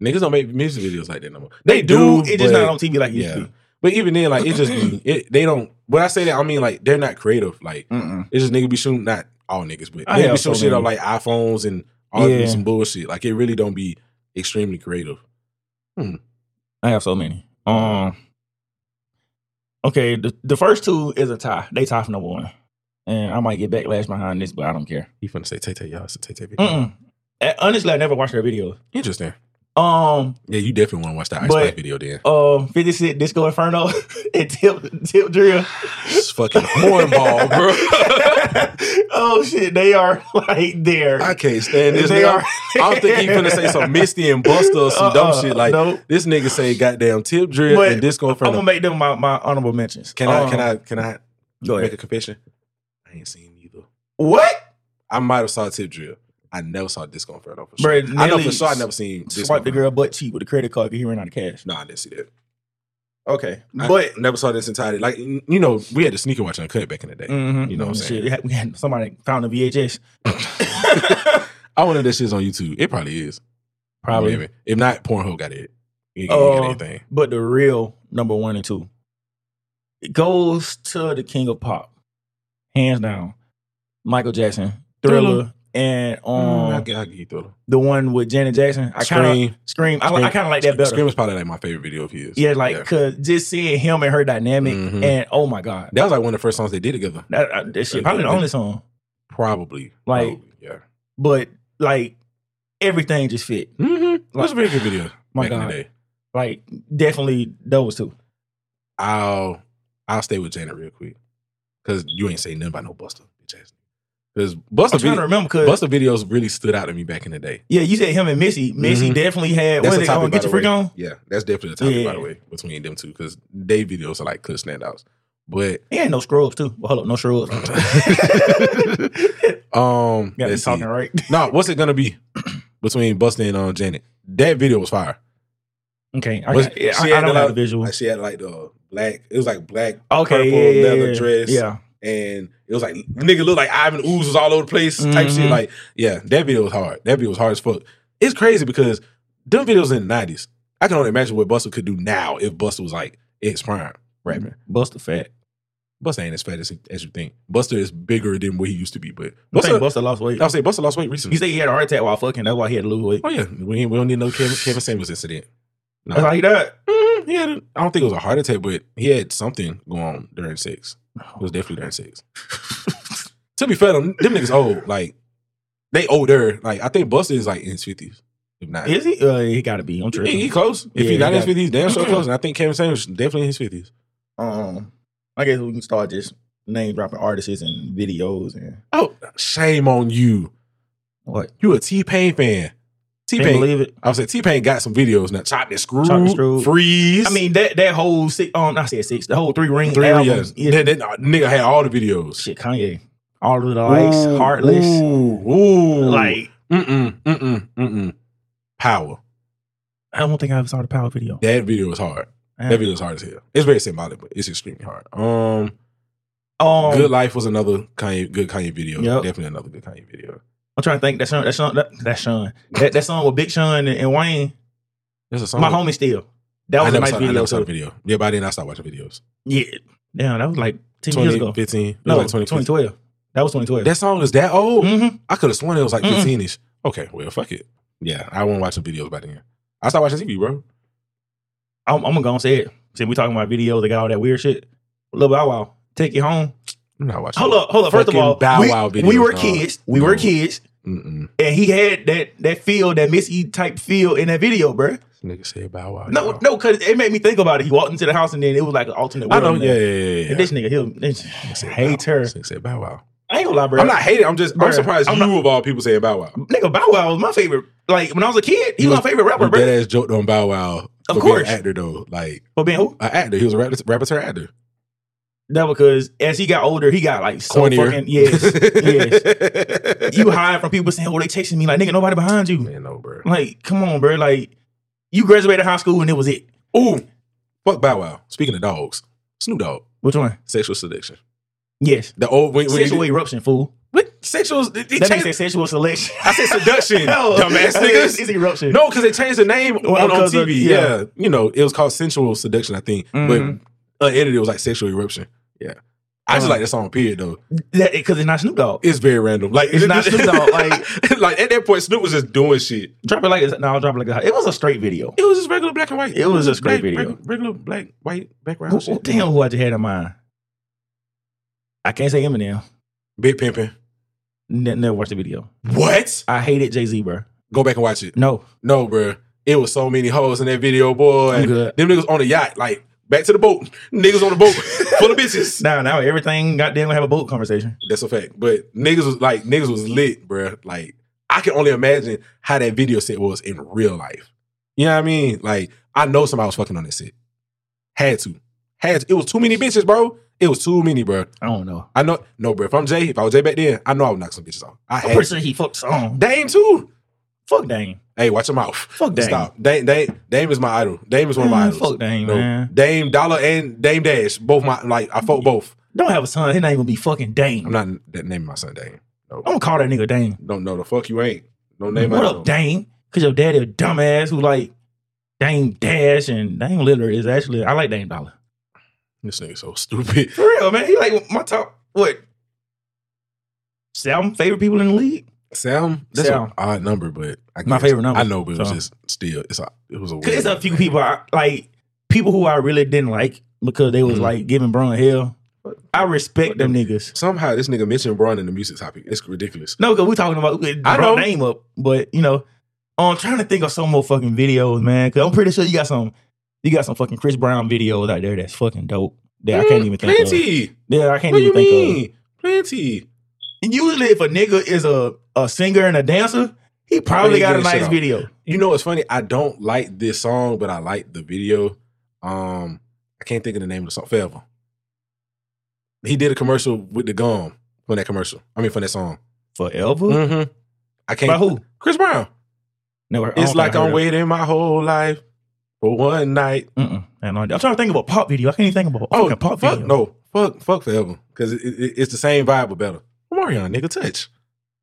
S2: niggas don't make music videos like that no more.
S1: They, do, It's just
S2: but-
S1: not on TV like it used
S2: yeah.
S1: to be.
S2: But even then, like it just be it, they don't. When I say that, I mean like they're not creative. Like
S1: Mm-mm.
S2: it's just nigga be shooting not all niggas, but
S1: I
S2: nigga be
S1: have
S2: shooting
S1: so
S2: shit
S1: many.
S2: on like iPhones and all
S1: Yeah.
S2: some bullshit. Like it really don't be extremely creative.
S1: I have so many. Um. Okay, the, the first two is a tie. They tie for number one, and I might get backlash behind this, but I don't care.
S2: You finna say Tay Tay, y'all say Tay Tay. video.
S1: Mm-mm. Uh, Honestly, I never watched their videos.
S2: Interesting.
S1: Um,
S2: Yeah, you definitely want to watch that Ice
S1: But-
S2: Spice video then.
S1: um, Fifty Cent Disco Inferno and Tip Tip Drill.
S2: It's fucking hornball, bro.
S1: oh shit, they are like there.
S2: I can't stand this.
S1: they
S2: nigga.
S1: are.
S2: I was thinking he finna say some Misty and Buster or some dumb
S1: Uh-uh,
S2: shit like
S1: nope.
S2: this. Nigga say goddamn tip drip
S1: But
S2: and disco
S1: I'm gonna
S2: inferno.
S1: make them my, my honorable mentions.
S2: Can I?
S1: Um,
S2: Can I? Can I
S1: Go
S2: make
S1: ahead.
S2: a confession? I ain't seen either.
S1: What?
S2: I might have saw tip drip. I never saw disco inferno for sure.
S1: Bro,
S2: I know
S1: Nelly
S2: for sure I never seen disco.
S1: Swipe the
S2: Inferno.
S1: girl butt cheek with a credit card because he ran out of cash.
S2: Nah, I didn't see that.
S1: Okay,
S2: I
S1: but
S2: never saw this entirety. Like you know, we had the sneaker watch uncut back in the day.
S1: Mhm.
S2: You know what I'm
S1: Shit,
S2: saying?
S1: we had- we had somebody found a VHS.
S2: I wonder if that shit's on YouTube. It probably is.
S1: Probably.
S2: Maybe. If not, Pornhub got it. You can
S1: Uh,
S2: get anything.
S1: But the real number one and two it goes to the king of pop, hands down. Michael Jackson, Thriller,
S2: Thriller.
S1: and
S2: Mm,
S1: um,
S2: I, I, I get Thriller.
S1: the one with Janet Jackson. I kind of
S2: Scream.
S1: scream. I, li- I kind of like that better.
S2: Scream is probably like my favorite video of his.
S1: Yeah, like cause just seeing him and her dynamic,
S2: Mhm.
S1: and oh my god,
S2: That was like one of the first songs they did together.
S1: that, uh, that shit probably the only song.
S2: Probably.
S1: Like-
S2: Probably, yeah.
S1: But like everything just fit.
S2: Mm-hmm. That was a very good video.
S1: My
S2: back in
S1: God.
S2: the day.
S1: Like definitely those two.
S2: I'll I'll stay with Janet real quick. Cause you ain't saying nothing about no Buster. bitch ass. Cause Buster
S1: I'm trying to uh,
S2: video,
S1: remember because
S2: Buster videos really stood out to me back in the day.
S1: yeah, you said him and Missy. Missy
S2: Mhm.
S1: definitely had what
S2: That's
S1: is
S2: a
S1: it called?
S2: topic, by
S1: uh, Get
S2: the
S1: your freak
S2: way.
S1: on.
S2: Yeah, that's definitely a topic, by the
S1: Yeah.
S2: way, between them two. Cause they videos are like clear standouts. But
S1: He ain't no scrubs too. Well, hold up, no scrubs.
S2: um
S1: Got me
S2: let's see.
S1: talking right.
S2: Nah, what's it gonna be between Buster and uh, Janet? That video was fire.
S1: Okay, I,
S2: Was-
S1: got, yeah, I,
S2: she
S1: I
S2: had
S1: don't
S2: the-
S1: have the visual.
S2: Like she had like the black, it was like black
S1: Okay,
S2: purple
S1: yeah, yeah,
S2: leather
S1: yeah.
S2: dress.
S1: Yeah,
S2: and it was like nigga looked like Ivan Ooze was all over the place type
S1: Mhm.
S2: shit. Like, yeah, that video was hard. That video was hard as fuck. It's crazy because them videos in the nineties. I can only imagine what Buster could do now if Buster was like it's prime rapping.
S1: Buster fat.
S2: Buster ain't as fat as, as you think. Buster is bigger than what he used to be,
S1: I
S2: but
S1: think
S2: Buster, Oh.
S1: Buster lost weight.
S2: I'll say Buster lost weight
S1: He
S2: recently.
S1: said he had a heart attack while fucking. That's why he had to lose weight.
S2: oh yeah, we, ain't- we don't need no Kevin, Kevin Samuels incident. No,
S1: That's how he died.
S2: Mhm, he had. A, I don't think it was a heart attack, but he had something going on during sex. It was definitely during six. to be fair, them, them niggas old. Like they older. Like I think Buster is like in his fifties, if not.
S1: Is he? Uh, he got to be. I'm
S2: he, he
S1: tripping.
S2: close. If
S1: Yeah,
S2: he
S1: he
S2: not in his
S1: got it.
S2: fifties, damn sure close. And I think Kevin Samuels definitely in his fifties.
S1: Um, I guess we can start just name dropping artists and videos and
S2: Oh, shame on you.
S1: what.
S2: You a T Pain fan. T
S1: Can't
S2: Pain.
S1: believe it.
S2: I was saying T Pain got some videos now. Chopped and screwed.
S1: Chopped and Screwed.
S2: Freeze.
S1: I mean that that whole six. Um, I said six. The whole three ring
S2: three
S1: albums.
S2: years.
S1: Yeah.
S2: That, that nigga had all the videos.
S1: Shit, Kanye. All of the lights,
S2: Ooh,
S1: heartless.
S2: Ooh, ooh.
S1: Like
S2: mm-mm, mm-mm, mm-mm. Power.
S1: I don't think I ever saw the Power video.
S2: That video was hard. That video was hard as hell. It's very symbolic, but it's extremely hard. Um,
S1: Um,
S2: Good Life was another Kanye, good Kanye video.
S1: Yep.
S2: Definitely another good Kanye video.
S1: I'm trying to think. That song, that song, that, that song, that, that song with Big Sean and, and Wayne.
S2: There's a song.
S1: My homie still. That
S2: I
S1: was a
S2: never,
S1: nice
S2: saw, I
S1: video.
S2: never saw
S1: Too.
S2: the video. Yeah, by then I stopped watching videos.
S1: Yeah, damn, that was like ten years ago.
S2: 2015. It was
S1: No,
S2: like 2015.
S1: 2012. That was 2012.
S2: That song is that old?
S1: Mhm.
S2: I could have sworn it was like
S1: Mm-mm.
S2: 15 ish. Okay, well, fuck it. Yeah, I wasn't watching videos by then. I stopped watching TV, bro.
S1: I'm, I'm gonna go and say it. Since we talking about videos, they got all that weird shit. Lil Bow Wow, take it home.
S2: I'm not watching.
S1: Hold up, hold up. First of
S2: Fucking
S1: all,
S2: Bow
S1: we,
S2: Wow
S1: we
S2: videos,
S1: were
S2: dog.
S1: kids. We were
S2: No.
S1: kids,
S2: Mm-mm.
S1: and he had that that feel, that Missy type feel in that video, bruh.
S2: Nigga said Bow Wow.
S1: No,
S2: y'all.
S1: no, because it made me think about it. He walked into the house, and then it was like an alternate
S2: I
S1: world.
S2: know.
S1: in
S2: Yeah,
S1: there.
S2: yeah, yeah. yeah.
S1: And this nigga, he'll this-
S2: Nigga said Bow
S1: hate
S2: Wow.
S1: her.
S2: Nigga said Bow Wow.
S1: I ain't gonna lie, bro.
S2: I'm not hating. I'm just. I'm
S1: Bruh,
S2: surprised
S1: I'm
S2: you of all people saying Bow Wow.
S1: Nigga, Bow Wow was my favorite. Like when I was a kid, he
S2: You
S1: was
S2: was-
S1: my favorite rapper,
S2: Your
S1: bro.
S2: dead ass joked on Bow Wow.
S1: Of
S2: for being
S1: course.
S2: an actor though, like
S1: But being who?
S2: an actor. He was a rapper, rapper actor.
S1: That because as he got older, he got like so
S2: Cornier.
S1: fucking yes, yes.
S2: yes.
S1: You hide from people saying, "Oh, they chasing me!" Like nigga, nobody behind you.
S2: Man, no, bro.
S1: Like, come on, bro. Like, you graduated high school and it was it.
S2: Ooh, fuck Bow Wow. Speaking of dogs, Snoop Dogg,
S1: Which one?
S2: sexual selection.
S1: Yes.
S2: The old when, when
S1: Sexual eruption, fool.
S2: what sexual? They, they
S1: That
S2: changed-
S1: makes that sexual selection.
S2: I said seduction,
S1: No.
S2: dumbass
S1: It's,
S2: niggas.
S1: it's eruption.
S2: No, because they changed the name
S1: Well,
S2: on, on
S1: because
S2: TV.
S1: of-
S2: yeah.
S1: yeah.
S2: you know, it was called sensual seduction, I think.
S1: Mhm.
S2: But unedited, it was like sexual eruption. Yeah, I just
S1: Uh-huh.
S2: like that song. Period, though.
S1: Because it's not Snoop Dogg.
S2: It's very random. Like
S1: It's not Snoop Dogg, like-
S2: like at that point, Snoop was just doing shit.
S1: Drop it like it's, no, drop it like it's, it was a straight video.
S2: It was just regular black and white.
S1: It was just great
S2: black-
S1: video.
S2: reg- Regular black white background.
S1: Who, who,
S2: shit.
S1: damn, who I just had in mind? I can't say Eminem.
S2: Big pimping.
S1: Ne- never watched the video.
S2: What?
S1: I hated Jay Z, bro.
S2: Go back and watch it.
S1: No,
S2: No, bruh. It was so many hoes in that video, boy.
S1: I'm good.
S2: Them niggas on the yacht, like back to the boat. Niggas on the boat, full of bitches.
S1: Now, now everything goddamn have a boat conversation.
S2: That's a fact. But niggas was like, niggas was lit, bruh. Like, I can only imagine how that video set was in real life. You know what I mean? Like, I know somebody was fucking on that set. Had to. Had to. It was too many bitches, bro. It was too many, bruh.
S1: I don't know.
S2: I know, no, bruh. If I'm Jay, if I was Jay back then, I know I would knock some bitches off. I
S1: I'm
S2: had
S1: pretty
S2: to.
S1: sure he fucked song.
S2: Dame too.
S1: Fuck Dame.
S2: Hey, watch your mouth.
S1: Fuck Dame.
S2: Stop. Dame, Dame, Dame is my idol. Dame is one of my
S1: Man,
S2: idols.
S1: fuck Dame,
S2: No.
S1: man.
S2: Dame Dollar and Dame Dash, both my like I fuck both.
S1: Don't have a son. His name gonna be fucking Dame.
S2: I'm
S1: I'm,
S2: not n- that naming my son Dame. No,
S1: gonna call that nigga Dame.
S2: no, no, the fuck you ain't. No name.
S1: what
S2: I
S1: up,
S2: know.
S1: Dame? Cause your daddy a dumbass who like Dame Dash and Dame Litter is actually I like Dame Dollar.
S2: This nigga so stupid.
S1: For real, man. He like my top what seven favorite people in the league.
S2: Sam, that's
S1: Sam.
S2: an odd number, but I
S1: My
S2: guess.
S1: favorite number.
S2: I know, but it was
S1: So.
S2: just still. It's a. It was a.
S1: Cause
S2: weird
S1: it's a
S2: number,
S1: few
S2: man.
S1: people I, like people who I really didn't like because they was
S2: Mhm.
S1: like giving Braun hell. I respect
S2: Fuck
S1: Mm-hmm. them niggas.
S2: Somehow this nigga mentioned Braun in the music topic. It's ridiculous.
S1: No, because we're talking about we
S2: I
S1: brought
S2: know.
S1: name up, but you know, I'm trying to think of some more fucking videos, man. Because I'm pretty sure you got some, you got some fucking Chris Brown videos out there that's fucking dope. That I can't
S2: Mm,
S1: even think of.
S2: Plenty.
S1: Yeah, I can't
S2: What do
S1: even
S2: you
S1: think
S2: mean?
S1: of.
S2: Plenty.
S1: And usually, if a nigga is a a singer and a dancer, he probably
S2: he
S1: got
S2: get
S1: a
S2: his shit
S1: nice
S2: off.
S1: video.
S2: You know, it's funny. I don't like this song, but I like the video. Um, I can't think of the name of the song. Forever. He did a commercial with the gum from that commercial. I mean, from that song.
S1: Forever.
S2: Mm-hmm. I can't.
S1: By who?
S2: Chris Brown.
S1: Never. I don't
S2: It's
S1: think
S2: like
S1: I heard
S2: I'm
S1: of-
S2: waiting my whole life for one night.
S1: Mm-mm. And I'm I'm trying to think of a pop video. I can't even think about a
S2: Oh,
S1: fucking pop
S2: fuck
S1: video.
S2: no, fuck, fuck forever. Because it, it, it's the same vibe but better. Marion, nigga, touch.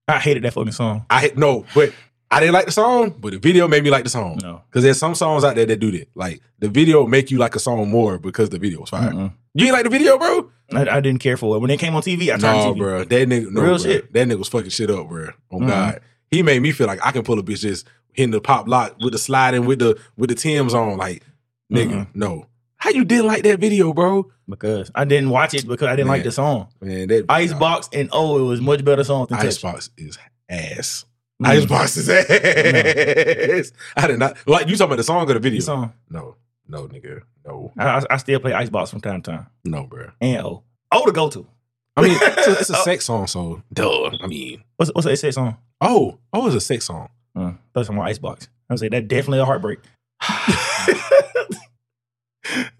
S1: I hated that fucking song.
S2: I had- no, but I didn't like the song, but the video made me like the song.
S1: No.
S2: Because there's some songs out there that do that. Like the video make you like a song more because the video was fire.
S1: Mm-mm.
S2: You ain't like the video, bro?
S1: I, I didn't care for it when it came on TV. I turned
S2: No,
S1: TV.
S2: bro. That nigga, no,
S1: Real
S2: bruh.
S1: shit.
S2: That nigga was fucking shit up, bro. Oh
S1: Mhm.
S2: God, he made me feel like I can pull a bitch just hitting the pop lock with the sliding with the with the Tim's on. Like, nigga,
S1: Mhm.
S2: no. How you didn't like that video, bro?
S1: because I didn't watch it because I didn't like
S2: Man.
S1: the song.
S2: Man, that
S1: Icebox and oh, it was much better songs than Touch.
S2: Icebox is ass.
S1: Mm.
S2: Icebox is ass. I did not like you talking about the song or the video.
S1: Good song.
S2: No, no, nigga, no,
S1: I, I- I still play Icebox from time to time.
S2: no, bro.
S1: And oh, oh, the go to.
S2: I mean, it's a, it's a
S1: Oh.
S2: sex song, so duh. I mean,
S1: What's what's that sex song?
S2: oh, oh, it's a sex song.
S1: Mm, that's from Icebox. I would say that definitely a heartbreak.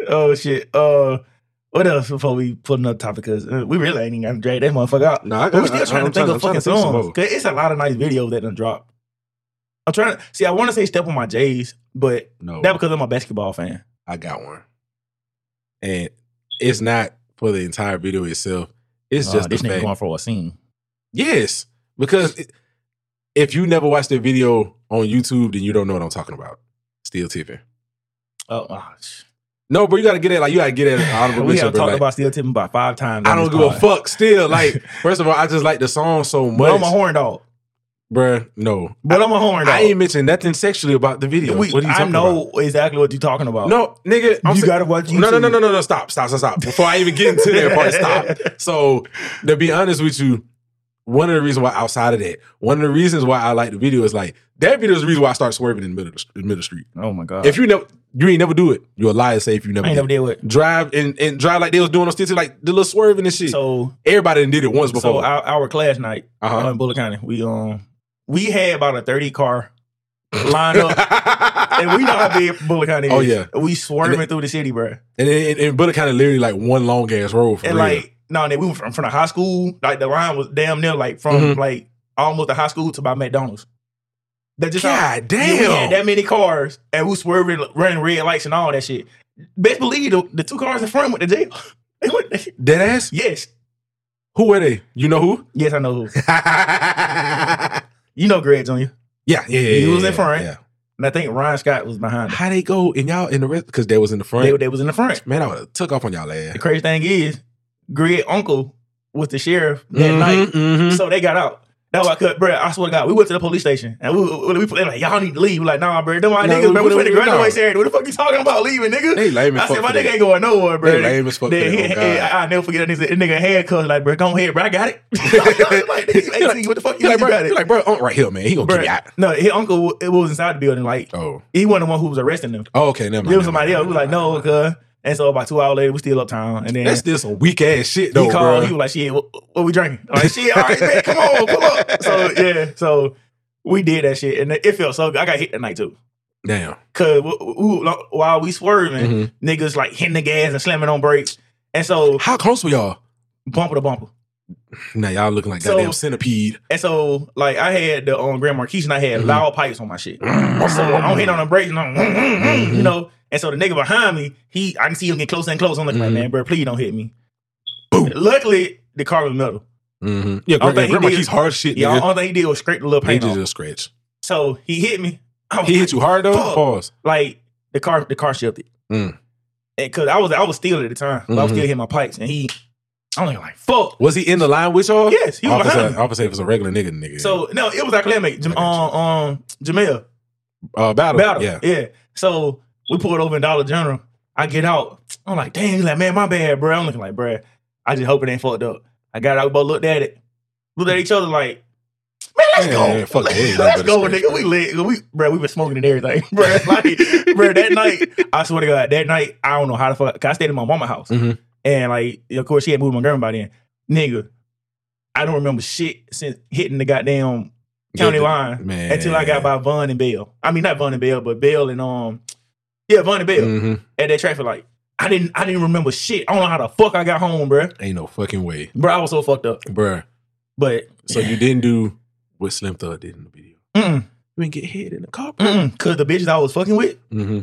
S1: oh shit. Uh, what else before we put another topic? Because uh, we really ain't even gonna drag that motherfucker out.
S2: No, I
S1: But
S2: got.
S1: we still trying to think of fucking songs. 'Cause it's a lot of nice videos that done dropped. I'm trying to see. I want to say step on my J's, but
S2: No,
S1: that because I'm a basketball fan.
S2: I got one. And it's not for the entire video itself. It's
S1: Uh,
S2: just the
S1: this nigga
S2: fact.
S1: going for a scene.
S2: Yes, because it- if you never watched the video on YouTube, then you don't know what I'm talking about. Still tipping.
S1: Oh, ah, sh-
S2: No, bro, you gotta get it. Like you gotta get it. Honorable
S1: we
S2: mention,
S1: have
S2: bro.
S1: talked
S2: Like,
S1: about steel tipping about five times.
S2: I
S1: on
S2: don't
S1: this
S2: give a
S1: pod.
S2: fuck. Still, like first of all, I just like the song so
S1: But I'm a
S2: much,
S1: horn dog.
S2: Bruh, No,
S1: But I'm a horn dog.
S2: I ain't mentioned nothing sexually about the video.
S1: We-
S2: what are you
S1: I
S2: talking
S1: know exactly what you're talking about.
S2: about? No, nigga, I'm
S1: you
S2: sa-
S1: gotta watch YouTube.
S2: No, no, no, no, no, no. Stop, stop, stop, stop. Before I even get into that part, stop. So, to be honest with you, one of the reasons why outside of that, one of the reasons why I like the video is like that video is the reason why I start swerving in the middle of the, st- middle of the street.
S1: Oh my god.
S2: If you never, you ain't never do it. You're a liar. Say if you never,
S1: I ain't never
S2: did.
S1: did what.
S2: drive and, and drive like they was doing on Stitch, like the little swerving and shit.
S1: So,
S2: Everybody done did it once
S1: so
S2: before.
S1: our, our class night uh,
S2: uh-huh.
S1: in Bullock County, we um we had about a 30 car lined up. and we know how big Bullock County is.
S2: Oh, yeah.
S1: we swerving
S2: And
S1: through the city, bro.
S2: And it, it, it kind of literally like one long ass road for
S1: And
S2: real.
S1: like, no, nah, we were from from the high school. Like the line was damn near like from
S2: Mhm.
S1: like almost the high school to about McDonald's. That just how-
S2: God
S1: Yeah, we had
S2: damn.
S1: that many cars and we swerving, running red lights and all that shit. Best believe the, the two cars in front went to jail. They went-
S2: Dead ass?
S1: yes,
S2: Who were they? You know who?
S1: yes, I know who.
S2: yeah,
S1: You know Greg Jr.
S2: yeah, yeah.
S1: He
S2: yeah,
S1: was in
S2: yeah,
S1: front.
S2: Yeah.
S1: And I think Ryan Scott was behind. Them.
S2: How they go and y'all in the rest because they was in the front.
S1: They, they was in the front.
S2: Man, I would have took off on y'all ass.
S1: The crazy thing is, Greg uncle was the sheriff that
S2: Mhm,
S1: night,
S2: mhm.
S1: so they got out. That's why, I cut, bro. I swear to God, we went to the police station and we we, we they like, y'all need to leave. We're like, nah, bro, them my
S2: Nah,
S1: niggas, bro.
S2: we-
S1: We
S2: we-
S1: finna
S2: we- nah.
S1: graduate Saturday. What the fuck you talking about leaving, nigga?
S2: They lame as
S1: I
S2: fuck.
S1: said, my
S2: for that.
S1: nigga ain't going nowhere, bro.
S2: They lame as fuck. for
S1: Then
S2: that.
S1: he,
S2: Oh,
S1: he-
S2: God.
S1: I, will never forget that nigga, that nigga had cuz like, bro, go ahead, bro. I got it. like, nigga, you 18, what the fuck
S2: He
S1: you, like,
S2: like, bro,
S1: got
S2: he
S1: it?
S2: like, bro, Unc right here, man. He gonna
S1: Bro,
S2: get me out.
S1: no, his uncle w- it was inside the building. Like
S2: Oh,
S1: he wasn't the one who was arresting them.
S2: oh, okay, never mind.
S1: It was
S2: never
S1: somebody
S2: mind,
S1: else. We was like,
S2: never mind,
S1: no,
S2: never mind.
S1: cuz. And so about two hours later, we still uptown. And then
S2: That's still some weak ass shit,
S1: he
S2: though,
S1: called.
S2: bro.
S1: He was like, "Shit, what, what we drinking?" I'm like, "Shit, all right, man, come on, pull up." So yeah, so we did that shit, and it felt so good. I got hit that night too,
S2: Damn.
S1: cause we, we, while we swerving,
S2: Mhm.
S1: niggas like hitting the gas and slamming on brakes, and so
S2: How close were y'all?
S1: bumper to bumper.
S2: Now y'all looking like
S1: So-
S2: goddamn centipede.
S1: And so, like, I had the um, Grand Marquis and I had
S2: Mhm.
S1: loud pipes on my shit. so I don't hit on the brakes and I'm,
S2: Mhm.
S1: mm, you know. And so the nigga behind me, he, I can see him get closer and closer. I'm looking
S2: Mhm.
S1: like, man, bro, please don't hit me. Luckily, the car was metal.
S2: Mm-hmm. Yeah,
S1: I don't
S2: Grandma
S1: think he
S2: Grandma
S1: did.
S2: keeps hard shit.
S1: Yeah,
S2: nigga.
S1: all thing he did was scrape the little
S2: He
S1: paint
S2: did
S1: off.
S2: a scratch.
S1: So he hit me. I was
S2: He hit you hard though.
S1: Fuck.
S2: Pause.
S1: Like the car, the car shifted.
S2: Mm.
S1: And cause I was, I was stealing at the time. But I was
S2: Mhm.
S1: still hitting my pipes, and he, I'm like, like, fuck.
S2: Was he in the line with y'all?
S1: Yes, he was
S2: Officer,
S1: behind me.
S2: officer, if it's a regular nigga, nigga.
S1: So no, it was our classmate, Jam-
S2: I got
S1: um, um, Jamel.
S2: uh, battle.
S1: battle.
S2: Yeah.
S1: Yeah. So we pulled over in Dollar General. I get out. I'm like, dang, he's like, man, my bad, bro. I'm looking like, bro, I just hope it ain't fucked up. I got out, we both looked at it, looked at each other like, man, let's
S2: Yeah,
S1: go.
S2: yeah, fuck it.
S1: let's,
S2: Ain't nothing but a
S1: go,
S2: scratch,
S1: nigga.
S2: bro.
S1: We lit. We, bro, we been smoking and everything. Bro, like, bro, that night, I swear to God, that night, I don't know how the fuck, cause I stayed in my mama's house.
S2: Mhm.
S1: And like, of course, she had moved to Montgomery by then. Nigga, I don't remember shit since hitting the goddamn county
S2: Yeah,
S1: line
S2: Man.
S1: until I got by Von and Bell. I mean, not Von and Bell, but Bell and um, yeah, Von and Bell
S2: Mhm.
S1: at that traffic light. I didn't, I didn't remember shit. I don't know how the fuck I got home, bruh.
S2: Ain't no fucking way,
S1: Bruh, I was so fucked up.
S2: bruh.
S1: But
S2: So you didn't do what Slim Thug did in the video.
S1: mm-mm,
S2: You didn't get hit in the car.
S1: mm-mm, cause the bitches I was fucking with
S2: Mm-hmm.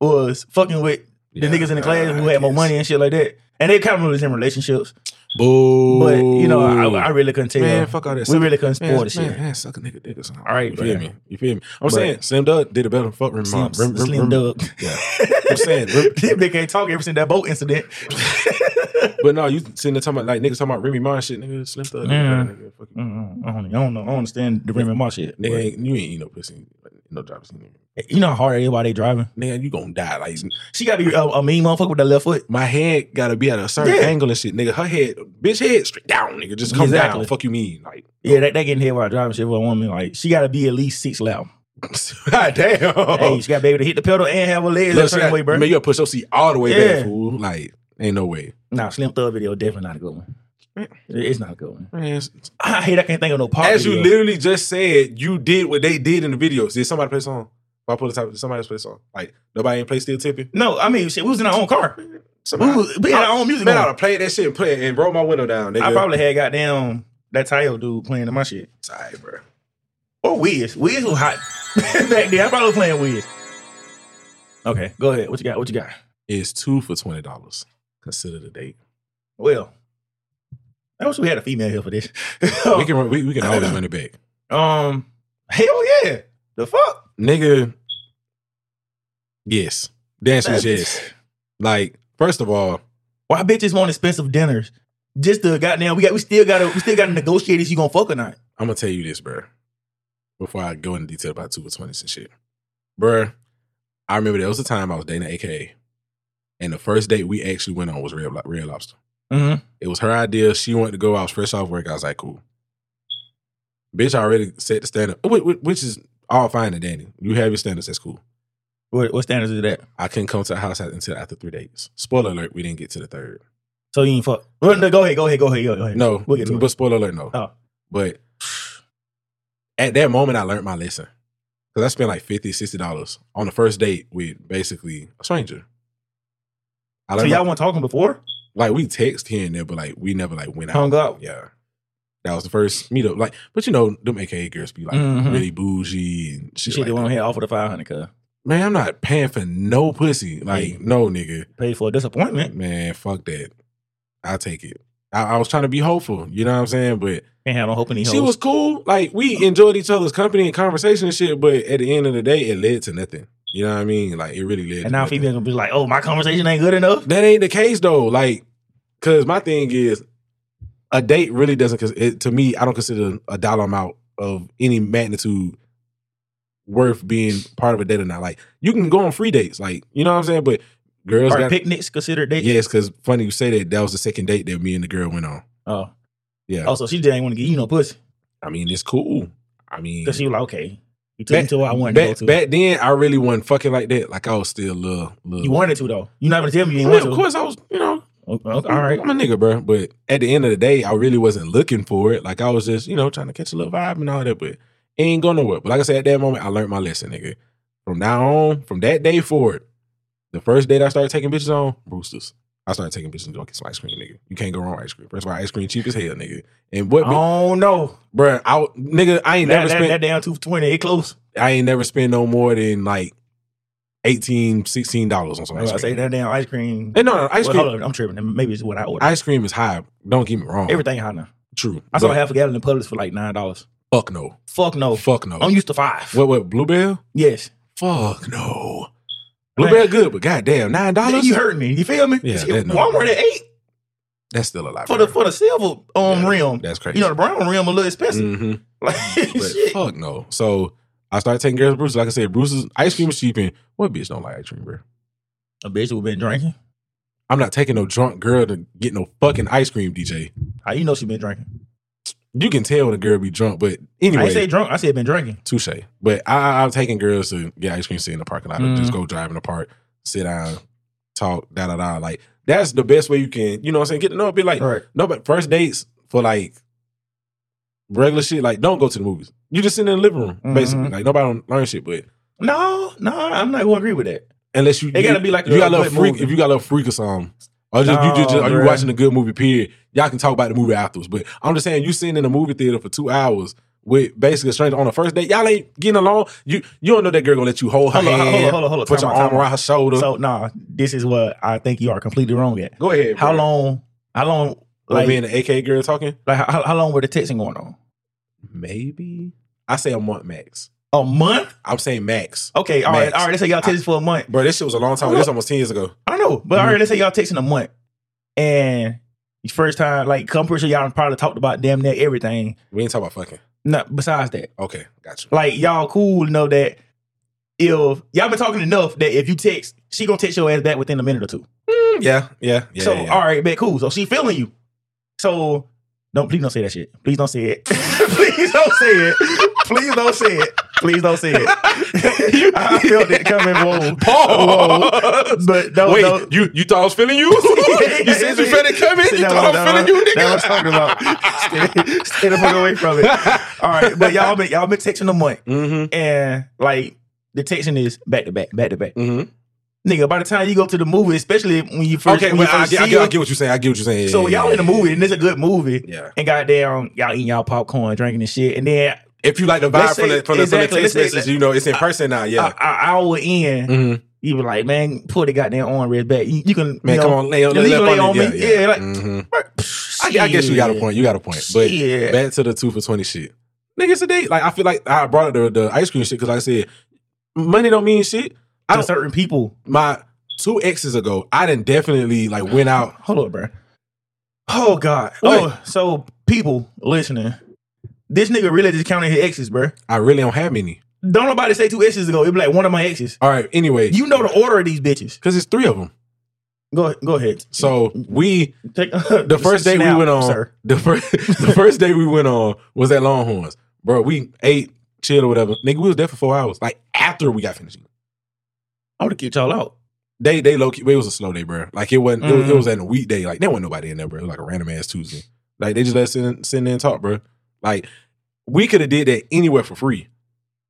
S1: was fucking with the niggas in the class who had more money and shit like that, and they kind of was in relationships.
S2: Boo.
S1: But you know, I, I really couldn't tell.
S2: man, fuck all that.
S1: we
S2: Suck-
S1: really couldn't
S2: man,
S1: spoil the
S2: man,
S1: shit.
S2: man, suck a nigga dick or something.
S1: All right,
S2: you
S1: bro.
S2: feel me? You feel me? I'm
S1: But-
S2: saying Slim Dug did it better than fuck Rim.
S1: Slim,
S2: Rim, Rim,
S1: Slim
S2: Rim-
S1: Doug.
S2: Yeah. I'm saying, Rim-
S1: This nigga can't talk ever since that boat incident.
S2: But no, you sitting there talking about like niggas talking about Remy Ma and shit, nigga. Slim Thug, did it
S1: Yeah.
S2: better, nigga. Fuck you.
S1: Mm-mm, I don't, I don't know. I don't understand the Remy Ma shit.
S2: Nigga, ain't, you ain't eat no pussy, no drops. Nigga,
S1: You know how hard it is while they driving.
S2: you gonna die. Like
S1: She got to be a, a mean motherfucker with that left foot.
S2: my head gotta be at a certain
S1: Yeah.
S2: angle and shit, nigga. Her head, bitch, head straight down, nigga. Just come down.
S1: Exactly.
S2: Fuck you mean, like.
S1: Yeah, that, that getting hit while driving shit for a woman. Like she got to be at least six loud.
S2: God damn.
S1: Hey, she got to be able to hit the pedal and have her legs
S2: Oh. Look,
S1: that
S2: she
S1: certain
S2: got-
S1: way, bro.
S2: Man, you gotta push your seat all the way
S1: Yeah.
S2: back, fool. Like, ain't no way.
S1: Nah, Slim Thug video definitely not a good one. It- It's not a good one.
S2: Man, it's-
S1: I hate I can't think of no part.
S2: Mm. As you literally just said, you did what they did in the videos. Did somebody play a song? If I put a type, did somebody else play a song. Like nobody ain't play Still Tipping.
S1: No, I mean shit. We was in our own car. We,
S2: Somebody,
S1: was, we had our own music.
S2: man,
S1: on.
S2: I'd have played that shit and play and broke my window down. Nigga.
S1: I probably had goddamn that Tayo dude playing in my shit.
S2: Sorry, bro.
S1: Or Wiz. Wiz was hot back then. I probably was playing Wiz. Okay, go ahead. What you got? What you got?
S2: It's two for twenty dollars. Consider the date.
S1: Well, I wish we had a female here for this.
S2: We can run, we, we can always run it back,
S1: Um, hell yeah. The fuck?
S2: nigga. Yes, the answer is yes. Like first of all,
S1: Why bitches want expensive dinners? Just the goddamn, we got, we still gotta, we still gotta negotiate if you gonna fuck or not.
S2: I'm gonna tell you this, bruh. Before I go into detail about two for twenties and shit, bruh. I remember there was a time I was dating an AKA, and the first date we actually went on was Red, Lo- Red Lobster.
S1: Mm-hmm.
S2: It was her idea. She wanted to go. I was fresh off work. I was like, cool. Bitch, I already set the standard, whi- whi- which is all fine and dandy. You have your standards. That's cool.
S1: What, what standards is that?
S2: I couldn't come to the house until after three dates. Spoiler alert: we didn't get to the third.
S1: So you ain't fuck. Well, no, go ahead, go ahead, go ahead, go ahead.
S2: No,
S1: We'll get to it.
S2: but spoiler alert, no.
S1: Oh.
S2: But at that moment, I learned my lesson. Cause I spent like 50 $60 on the first date with basically a stranger. I
S1: So
S2: don't
S1: y'all
S2: know.
S1: weren't talking before?
S2: Like we text here and there, but like we never like went out.
S1: Hung out.
S2: Oh, Yeah. That was the first meetup. Like, but you know, them AKA girls be like
S1: Mhm.
S2: really bougie and shit.
S1: Shit,
S2: like
S1: the
S2: that.
S1: one here offered a 500 cuz.
S2: Man, I'm not paying for no pussy. Like,
S1: Yeah.
S2: no nigga.
S1: Paid for a disappointment.
S2: Man, fuck that. I'll take it. I, I was trying to be hopeful, you know what I'm saying? But
S1: Ain't had no hope in these
S2: she
S1: hoes.
S2: was cool. Like we enjoyed each other's company and conversation and shit, but at the end of the day, it led to nothing. You know what I mean? Like it really led
S1: and
S2: to
S1: now
S2: nothing.
S1: females gonna be like, oh, my conversation ain't good enough.
S2: That ain't the case though. Like, cause my thing is, a date really doesn't. Cause it, to me, I don't consider a dollar amount of any magnitude worth being part of a date or not. Like, you can go on free dates, like you know what I'm saying. But girls
S1: Are
S2: got
S1: picnics considered dates?
S2: yes, cause funny you say that. That was the second date that me and the girl went on.
S1: Oh.
S2: Yeah.
S1: Oh, so she didn't want to get you no pussy.
S2: I mean, it's cool. I mean,
S1: Because she was like, okay, you took me to where I wanted
S2: back,
S1: to go to.
S2: back then, I really wasn't fucking like that. Like I was still a little, little.
S1: you wanted to, though. You're not gonna tell me you didn't
S2: I mean,
S1: want to.
S2: of course, I was. You know,
S1: Okay, okay, all right.
S2: I'm a nigga, bro. But at the end of the day, I really wasn't looking for it. Like I was just, you know, trying to catch a little vibe and all that. But it ain't going nowhere. But like I said, at that moment, I learned my lesson, nigga. From now on, from that day forward, the first date I started taking bitches on Brewster's. I started taking bitches to go get some ice cream, nigga. You can't go wrong with ice cream. That's why ice cream cheap as hell, nigga. And what, bro?
S1: Oh no,
S2: bruh, I w- nigga, I
S1: that,
S2: ain't never
S1: that,
S2: spent.
S1: that down two twenty, it close.
S2: I ain't never spent no more than like 18 dollars on some
S1: I was
S2: ice
S1: about to say
S2: cream.
S1: that damn ice cream.
S2: And no, no, ice
S1: Well,
S2: cream,
S1: hold on, I'm tripping. Maybe it's what I ordered.
S2: ice cream is high. Don't get me wrong.
S1: Everything hot now.
S2: True.
S1: I saw
S2: But
S1: half a gallon in Publix for like nine dollars.
S2: Fuck no.
S1: Fuck no.
S2: Oh, Fuck no.
S1: I'm used to five.
S2: what? What? Bluebell?
S1: yes.
S2: Fuck no. Bluebell good, but goddamn, nine dollars.
S1: you hurt me. You feel me?
S2: Yeah,
S1: See,
S2: that- no.
S1: Walmart at eight
S2: That's still a lot.
S1: for the
S2: bro.
S1: for the silver um
S2: Yeah,
S1: rim.
S2: That's crazy.
S1: You know the brown rim a little expensive.
S2: Mhm.
S1: Like
S2: But
S1: shit.
S2: fuck no. So I started taking girls to Bruce's. Like I said, Bruce's ice cream is cheap. And what bitch don't like ice cream, bro?
S1: A bitch who been drinking.
S2: I'm not taking no drunk girl to get no fucking ice cream, DJ.
S1: How you know she been drinking?
S2: You can tell when a girl be drunk, but
S1: I ain't say
S2: anyway,
S1: drunk. I said been drinking.
S2: touche. But I, I, I'm taking girls to get ice cream, sit in the parking lot, or
S1: Mhm.
S2: just go drive in the park, sit down, talk, da da da. Like that's the best way you can, you know what I'm saying? Get to know it. Be like,
S1: Right.
S2: No, but first dates for like regular shit, like don't go to the movies. You just sitting in the living room, basically.
S1: Mhm.
S2: Like nobody don't learn shit, but
S1: No, no, I'm not gonna agree with that.
S2: unless you
S1: It gotta be like
S2: you
S1: a
S2: got a little
S1: good
S2: freak
S1: movie.
S2: if you got a little freak or something. Or just you just
S1: No,
S2: or you
S1: bruh.
S2: watching a good movie period. Y'all can talk about the movie afterwards. But I'm just saying you sitting in a movie theater for two hours with basically a stranger on the first date, y'all ain't getting along. You you don't know that girl gonna let you hold her
S1: Hold on,
S2: hand,
S1: hold on, hold on, hold on.
S2: put
S1: Time out,
S2: your
S1: time
S2: arm
S1: out.
S2: around her shoulder.
S1: So nah, this is what I think you are completely wrong at.
S2: go ahead.
S1: How
S2: bruh.
S1: long? How long? Like,
S2: Like, me and the AK girl talking?
S1: like how, how long were the texting going on?
S2: Maybe I say a month max.
S1: A month?
S2: I'm saying max.
S1: Okay, all right,
S2: Max.
S1: all right. Let's say y'all texting for a month.
S2: Bro, this shit was a long time. ago. This was almost ten years ago.
S1: I don't know, but all right, let's say y'all texting a month, and your first time, like, come pretty sure y'all probably talked about damn near everything.
S2: We ain't talking about fucking.
S1: No, besides that,
S2: Okay, got you.
S1: like y'all cool to know that if y'all been talking enough that if you text, she gonna text your ass back within a minute or two.
S2: Yeah, yeah, yeah.
S1: Hmm. so uh,
S2: yeah, yeah.
S1: all right, bet cool. So she feeling you. So don't please don't say that shit. Please don't say it. please don't say it. Please don't say it. Please don't say it. I felt it coming. Whoa,
S2: Pause.
S1: Whoa. But no,
S2: Wait,
S1: no.
S2: you you thought I was feeling you? you said you finna come in.
S1: See,
S2: You
S1: that
S2: thought
S1: was- that
S2: I was feeling
S1: was-
S2: you,
S1: That was
S2: nigga.
S1: talking about. Stay, stay the fuck away from it. All right, but y'all been y'all been texting a month,
S2: mm-hmm.
S1: and like the texting is back to back, back to back.
S2: Mm-hmm.
S1: Nigga, by the time you go to the movie, especially when you first,
S2: Okay,
S1: when you
S2: well, I,
S1: first
S2: get, I,
S1: see
S2: get, I
S1: her,
S2: get what you're saying. I get what you're saying.
S1: so
S2: Yeah,
S1: y'all
S2: yeah,
S1: in a
S2: yeah.
S1: movie, and it's a good movie.
S2: Yeah.
S1: And goddamn, y'all eating y'all popcorn, drinking and shit. And then
S2: If you like the vibe
S1: Let's
S2: from
S1: say-
S2: the from the, from the
S1: exactly, let's
S2: text
S1: say- Uh,
S2: message, you know it's in person now.
S1: an
S2: Yeah.
S1: hour in,
S2: Mm-hmm.
S1: you were like, man, pull the goddamn arm back. You, you can,
S2: Man,
S1: you know,
S2: come on, lay, on-
S1: you
S2: lay,
S1: leave
S2: up
S1: it
S2: on
S1: on
S2: it.
S1: me.
S2: Yeah.
S1: Yeah, like-
S2: hmm I, I guess you got a point. You got a point. But
S1: Shit.
S2: back to the two for twenty shit. Nigga, it's a date. Like I feel like I brought up the, the ice cream shit because I said money don't mean shit. I
S1: to
S2: don't,
S1: certain people.
S2: my two exes ago, I didn't definitely like went out.
S1: Hold up, bro. Oh God.
S2: What?
S1: Oh, so people listening, this nigga really just counted his exes, bro.
S2: I really don't have many.
S1: Don't nobody say two exes ago. It'd be like one of my exes.
S2: All right. Anyway,
S1: You know the order of these bitches.
S2: because it's three of them.
S1: Go go ahead.
S2: So we
S1: Take
S2: the first day we
S1: Snap,
S2: went on
S1: sir.
S2: the first the first day we went on was at Longhorns, bro. We ate, chilled or whatever. Nigga, we was there for four hours. Like after we got finished. eating.
S1: I would have kicked y'all out.
S2: They they low key, it was a slow day, bro. Like it wasn't. It, was, it
S1: Mhm.
S2: was at a weekday. Like there wasn't nobody in there, bro. It was like a random ass Tuesday. Like they just let us sit in, sit in there and talk, bro. Like we could have did that anywhere for free.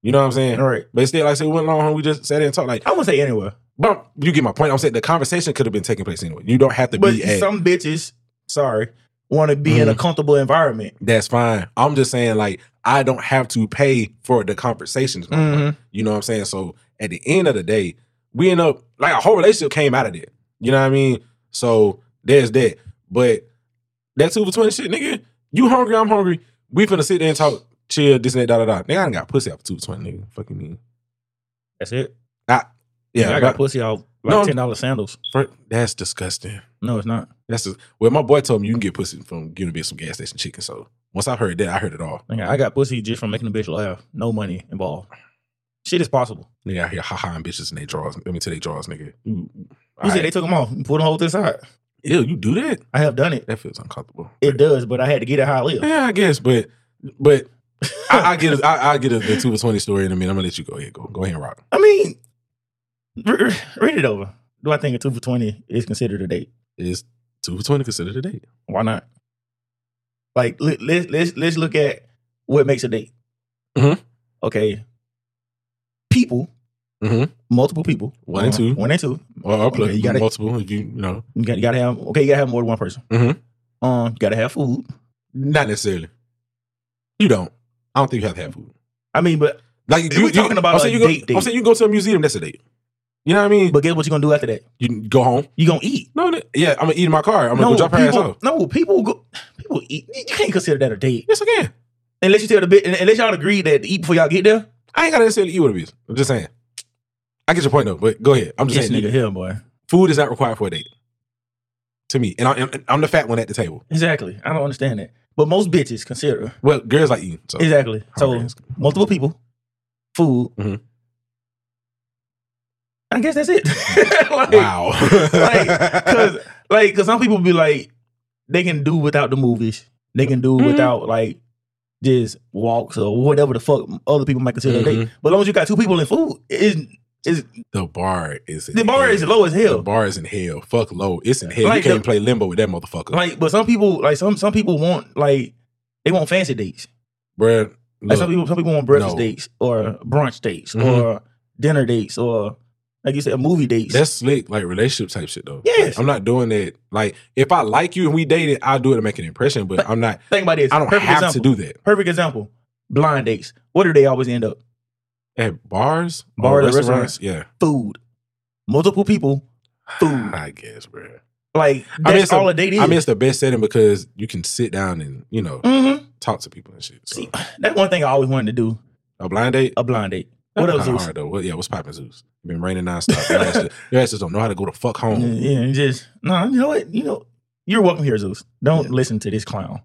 S2: You know what I'm saying?
S1: All right.
S2: But instead, like I said, we went along, we just sat there and talked. Like,
S1: I wouldn't say anywhere.
S2: but you get my point. I'm saying the conversation could have been taking place anyway. You don't have to
S1: But
S2: be at. Mm-hmm.
S1: some bitches, sorry, want to be in a comfortable environment.
S2: that's fine. I'm just saying, like, I don't have to pay for the conversations. my friend. You know what I'm saying? So at the end of the day, we end up like a whole relationship came out of that. You know what I mean? So there's that. But that two for twenty shit, nigga. You hungry? I'm hungry. We finna sit there and talk, chill, this and that, da da da. Nigga, I done got pussy out for two for twenty, nigga. Fucking mean.
S1: That's it.
S2: Yeah,
S1: I got pussy out like
S2: No.
S1: ten dollars sandals.
S2: Fr- That's disgusting.
S1: No, it's not.
S2: That's just, well, my boy told me you can get pussy from giving a bitch some gas station chicken. So once I heard that, I heard it all.
S1: Nigga, I got pussy just from making a bitch laugh. No money involved. Shit is possible.
S2: Nigga out here ha and bitches in their drawers. Let me tell they drawers, nigga. You,
S1: You said
S2: Alright.
S1: they took them off, put them whole to the side.
S2: Ew, you do that?
S1: I have done it.
S2: That feels uncomfortable.
S1: It does, but I had to get it how I live.
S2: Yeah, I guess, but but I, I get a, I, I get a, the two for twenty story in a minute. I'm gonna let you go ahead, go go ahead and rock.
S1: I mean, re- re- read it over. Do I think a two for twenty is considered a date?
S2: Is two for twenty considered a date?
S1: Why not? Like let, let's let's let's look at what makes a date.
S2: Mhm.
S1: Okay, people,
S2: Mhm.
S1: multiple people, Uh,
S2: One and two.
S1: one and two.
S2: Or, or plus
S1: Okay, you gotta-
S2: multiple? If you you know,
S1: You got, you gotta have okay. You gotta have more than one person.
S2: Mhm.
S1: Um, you gotta have food.
S2: not necessarily. You don't. I don't think you have to have food.
S1: I mean, but
S2: Like
S1: If we talking about
S2: I'm
S1: a
S2: saying you go,
S1: date date.
S2: I'm saying you go to a museum. That's a date. You know what I mean? But
S1: but guess what you gonna do after that?
S2: you can go home.
S1: You gonna eat.
S2: No, n- yeah, I'm gonna eat in my car. I'm gonna
S1: no,
S2: go drop her ass
S1: people,
S2: off.
S1: no, people go. People eat. You can't consider that a date
S2: Yes, I can.
S1: unless you tell the bit unless y'all agree that eat before y'all get there.
S2: I ain't gotta necessarily eat with a bitch. I'm just saying. I get your point though, but go ahead. I'm just
S1: This
S2: saying,
S1: nigga here, boy.
S2: food is not required for a date. To me, and I, am I'm the fat one at the table.
S1: Exactly. I don't understand that. But most bitches consider
S2: Well, girls like eating. So.
S1: exactly.
S2: Hungry
S1: So
S2: as-
S1: multiple people, food.
S2: Mhm.
S1: I guess that's it. like,
S2: wow.
S1: Cause like, cause some people be like, they can do without the movies. They can do
S2: Mhm.
S1: without like just walks or whatever the fuck other people might consider a date.
S2: Mm-hmm.
S1: But as long as you got two people in food, is is
S2: the bar is in
S1: the bar is
S2: hell.
S1: low as hell.
S2: The bar is in hell. Fuck low. It's in hell.
S1: Like
S2: you can't
S1: the-
S2: play limbo with that motherfucker,
S1: Like, but some people like some some people want like they want fancy dates.
S2: Bruh,
S1: Like
S2: look,
S1: some people, some people want breakfast
S2: no.
S1: dates or brunch dates
S2: Mhm.
S1: or dinner dates or like you said, movie dates.
S2: that's slick, like relationship type shit though.
S1: Yes.
S2: I'm not doing that. Like if I like you and we dated, I'll do it to make an impression. But
S1: But-
S2: I'm not.
S1: Think about this.
S2: I don't
S1: Perfect
S2: have
S1: example.
S2: to do that
S1: Perfect example. Blind dates. What do they always end up?
S2: at bars, or
S1: Bars or
S2: restaurants. Yeah,
S1: Food. Multiple people. Food.
S2: I guess, bruh.
S1: Like that's
S2: I mean, it's a-
S1: all a date is.
S2: I mean, it's the best setting because you can sit down and you know
S1: Mhm.
S2: talk to people and shit. So,
S1: See, that's one thing I always wanted to do.
S2: a blind date.
S1: A blind date. What
S2: That's
S1: else?
S2: kinda
S1: Zeus?
S2: hard though. What- yeah, what's popping, Zeus? Been raining nonstop. Your ass, just, your ass just don't know how to go the fuck
S1: Yeah,
S2: home.
S1: yeah, and just no. you know what? You know, you're welcome here, Zeus. Don't
S2: Yeah.
S1: listen to this clown.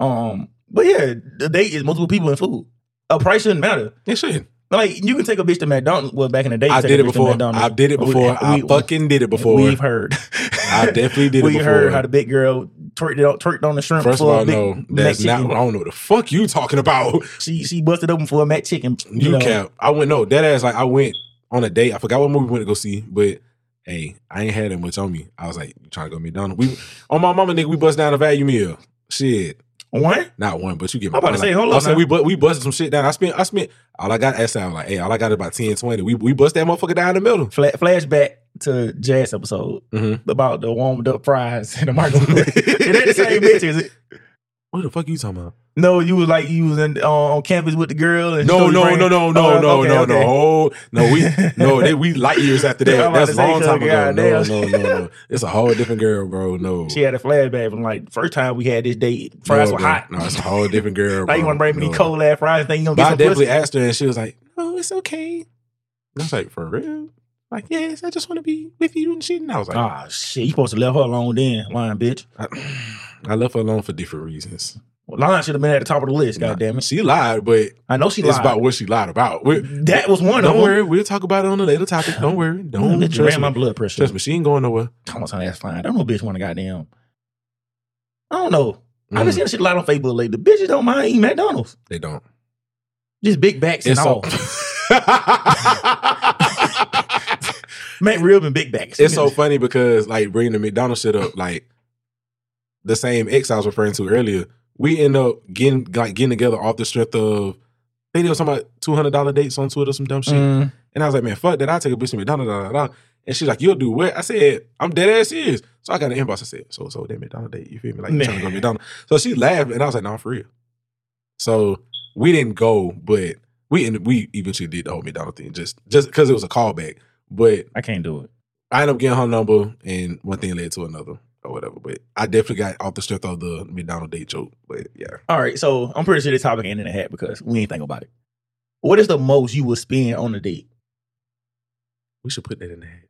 S1: Um, but yeah, the date is multiple people and food. A price shouldn't matter.
S2: It should.
S1: Like you can take a bitch to McDonald's. Well, back in the day, you
S2: I
S1: take
S2: did
S1: a
S2: it
S1: bitch to
S2: before.
S1: McDonald's.
S2: I did it
S1: We-
S2: before. I
S1: we-
S2: fucking did it before.
S1: We've heard.
S2: I definitely did it
S1: we
S2: before.
S1: heard how the big girl twerked it out, twerked on the shrimp
S2: First of
S1: for a
S2: all,
S1: big
S2: no,
S1: Mac
S2: that's not.
S1: chicken.
S2: I don't know what the fuck you talking about.
S1: She she busted open for a Mac chicken.
S2: You
S1: know.
S2: cap. I went no. That ass like I went on a date. I forgot what movie we went to go see, but. Hey, I ain't had that much on me. I was like, you trying to go McDonald's? We on my mama nigga, we bust down a value meal. Shit.
S1: What?
S2: Not one, but you get
S1: I'm about
S2: point.
S1: to say,
S2: Like,
S1: hold
S2: I'm
S1: up
S2: saying
S1: now.
S2: we bu- we busted some shit down. I spent I spent all I got asked out like, hey, all I got is about 10, 20. We we bust that motherfucker down in the middle.
S1: Fla- flashback to Jazz episode
S2: Mhm.
S1: about the warmed up fries in the microwave. it ain't the same bitch, is it?
S2: What the fuck you talking about?
S1: No, you was like you was in, uh, on campus with the girl and
S2: No,
S1: she
S2: no,
S1: bring-
S2: no, no, no,
S1: Oh,
S2: no,
S1: okay,
S2: no,
S1: okay.
S2: no. Oh, no, we no, they, we light years after
S1: I'm
S2: that.
S1: about
S2: That's
S1: to
S2: a
S1: say,
S2: long time
S1: cause
S2: ago. No, no,
S1: goddamn.
S2: no, no. It's a whole different girl, bro. No.
S1: She had a flashback from like first time we had this date. Fries
S2: no,
S1: were
S2: bro.
S1: hot.
S2: No, it's a whole different girl.
S1: Now you
S2: bro.
S1: want to bring me
S2: no.
S1: these cold ass fries? Think you gonna
S2: But
S1: get
S2: I
S1: some
S2: definitely
S1: pussy?
S2: asked her and she was like, No, it's okay. And I was like, for real? Like, yes, I just want to be with you and shit. And I was like,
S1: Ah shit! You supposed to let her alone then, lying bitch.
S2: I, I left her alone for different reasons.
S1: Well, lying should have been at the top of the list.
S2: Nah.
S1: God damn it!
S2: She lied, but
S1: I know she
S2: it's
S1: lied.
S2: about what she lied about. We're,
S1: that was one
S2: don't
S1: of
S2: worry, Mm-hmm. we'll talk about it on a later topic. Don't worry,
S1: them.
S2: don't
S1: That bitch
S2: trust
S1: ran
S2: me.
S1: my blood pressure.
S2: Trust me, she ain't going nowhere.
S1: Come on, son, that's fine. I don't know, bitch. Want to goddamn? I don't know. I've
S2: Mm,
S1: been seeing shit a lot on Facebook lately. Bitches don't mind eating McDonald's.
S2: they don't.
S1: Just big backs and
S2: It's so,
S1: all. Mac rib and big backs.
S2: it's so funny because like bringing the McDonald's shit up, like the same ex I was referring to earlier, we end up getting like getting together off the strength of They did something about two hundred dollar dates on Twitter, some dumb shit.
S1: Mm.
S2: And I was like, man, fuck that. I take a bitch to McDonald's. Da, da, da. And she's like, you'll do what? I said, I'm dead ass serious. So I got an inbox. I said, so so that McDonald's date. You feel me? Like you trying to go to
S1: Man.
S2: McDonald's. So she laughed, and I was like, no, I'm for real. So we didn't go, but we and we eventually did the whole McDonald's thing just just because it was a callback. But
S1: I can't do it.
S2: I ended up getting her number, and one thing led to another or whatever. But I definitely got off the strength of the McDonald's date joke. But yeah,
S1: All right, so I'm pretty sure this topic ain't in the hat because we ain't think about it. What is the most you would spend on a date?
S2: we should put that in the hat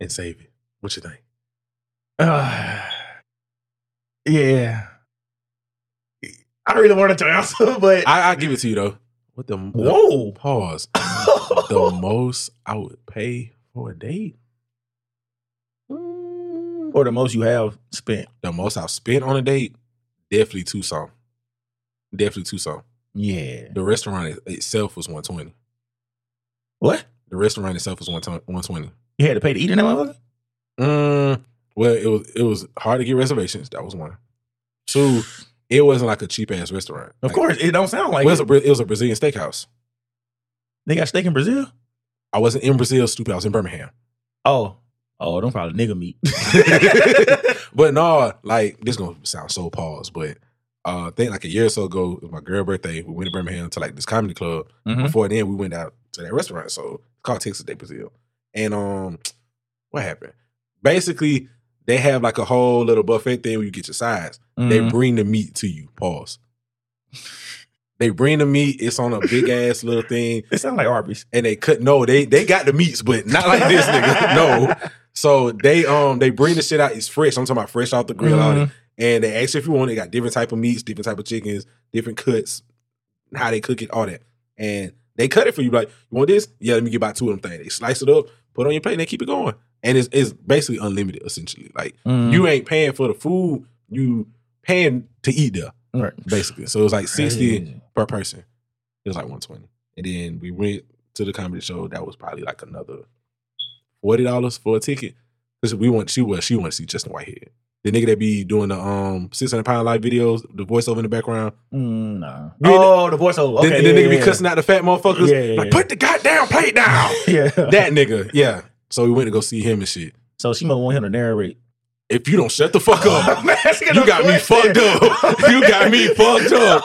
S2: and save it. What you think?
S1: Uh, yeah. I really wanted to answer, but
S2: I, I give it to you though. What the
S1: whoa.
S2: Pause. the most I would pay for a date,
S1: or the most you have spent.
S2: the most I've spent on a date, definitely Tucson. Definitely Tucson.
S1: Yeah.
S2: The restaurant it- itself was 120.
S1: What?
S2: The restaurant itself was 120.
S1: You had to pay to eat in that motherfucker?
S2: Mm, well, it was it was hard to get reservations. That was one. Two, it wasn't like a cheap ass restaurant.
S1: Of
S2: Like,
S1: course, it don't sound
S2: it
S1: like
S2: was, a,
S1: it.
S2: Bra- it was a Brazilian steakhouse.
S1: They got steak in Brazil?
S2: I wasn't in Brazil, stupid. I was in Birmingham.
S1: Oh. Oh, them probably nigga meat.
S2: but no, like this gonna sound so pause, but uh I think like a year or so ago, it was my girl birthday, we went to Birmingham to like this comedy club.
S1: Mhm.
S2: Before then, we went out to that restaurant. So it's called Texas Day Brazil. And um what happened? Basically, they have like a whole little buffet thing where you get your sides. They
S1: Mhm.
S2: bring the meat to you. Pause. They bring the meat, it's on a big ass little thing,
S1: It sounds like Arby's.
S2: and they cut no, they they got the meats, but not like this nigga. No. So they um they bring the shit out. It's fresh. I'm talking about fresh off the grill. Out
S1: Mhm.
S2: it. And they ask you if you want. it. They got different type of meats, different type of chickens, different cuts, how they cook it, all that. And they cut it for you. Like you want this? Yeah, let me get about two of them things. They slice it up, put it on your plate, and they keep it going. And it's it's basically unlimited essentially. Like
S1: Mhm.
S2: you ain't paying for the food, you paying to eat there
S1: Right.
S2: basically. So it was like sixty
S1: Crazy.
S2: per person. It was like 120. And then we went to the comedy show. That was probably like another forty dollars for a ticket. Because we want she was she wanted to see Justin Whitehead. The nigga that be doing the um six hundred pound live videos, the voiceover in the background.
S1: Mm, nah.
S2: Yeah,
S1: Oh, the voiceover.
S2: Then
S1: Okay,
S2: the,
S1: yeah,
S2: nigga
S1: yeah,
S2: be cussing out the fat motherfuckers.
S1: Yeah, yeah,
S2: like,
S1: yeah.
S2: put the goddamn plate down.
S1: yeah.
S2: that nigga. Yeah. So we went to go see him and shit.
S1: so she must want him to narrate.
S2: If you don't shut the fuck up,
S1: Man, she
S2: you got me
S1: question.
S2: fucked up. you got me fucked up.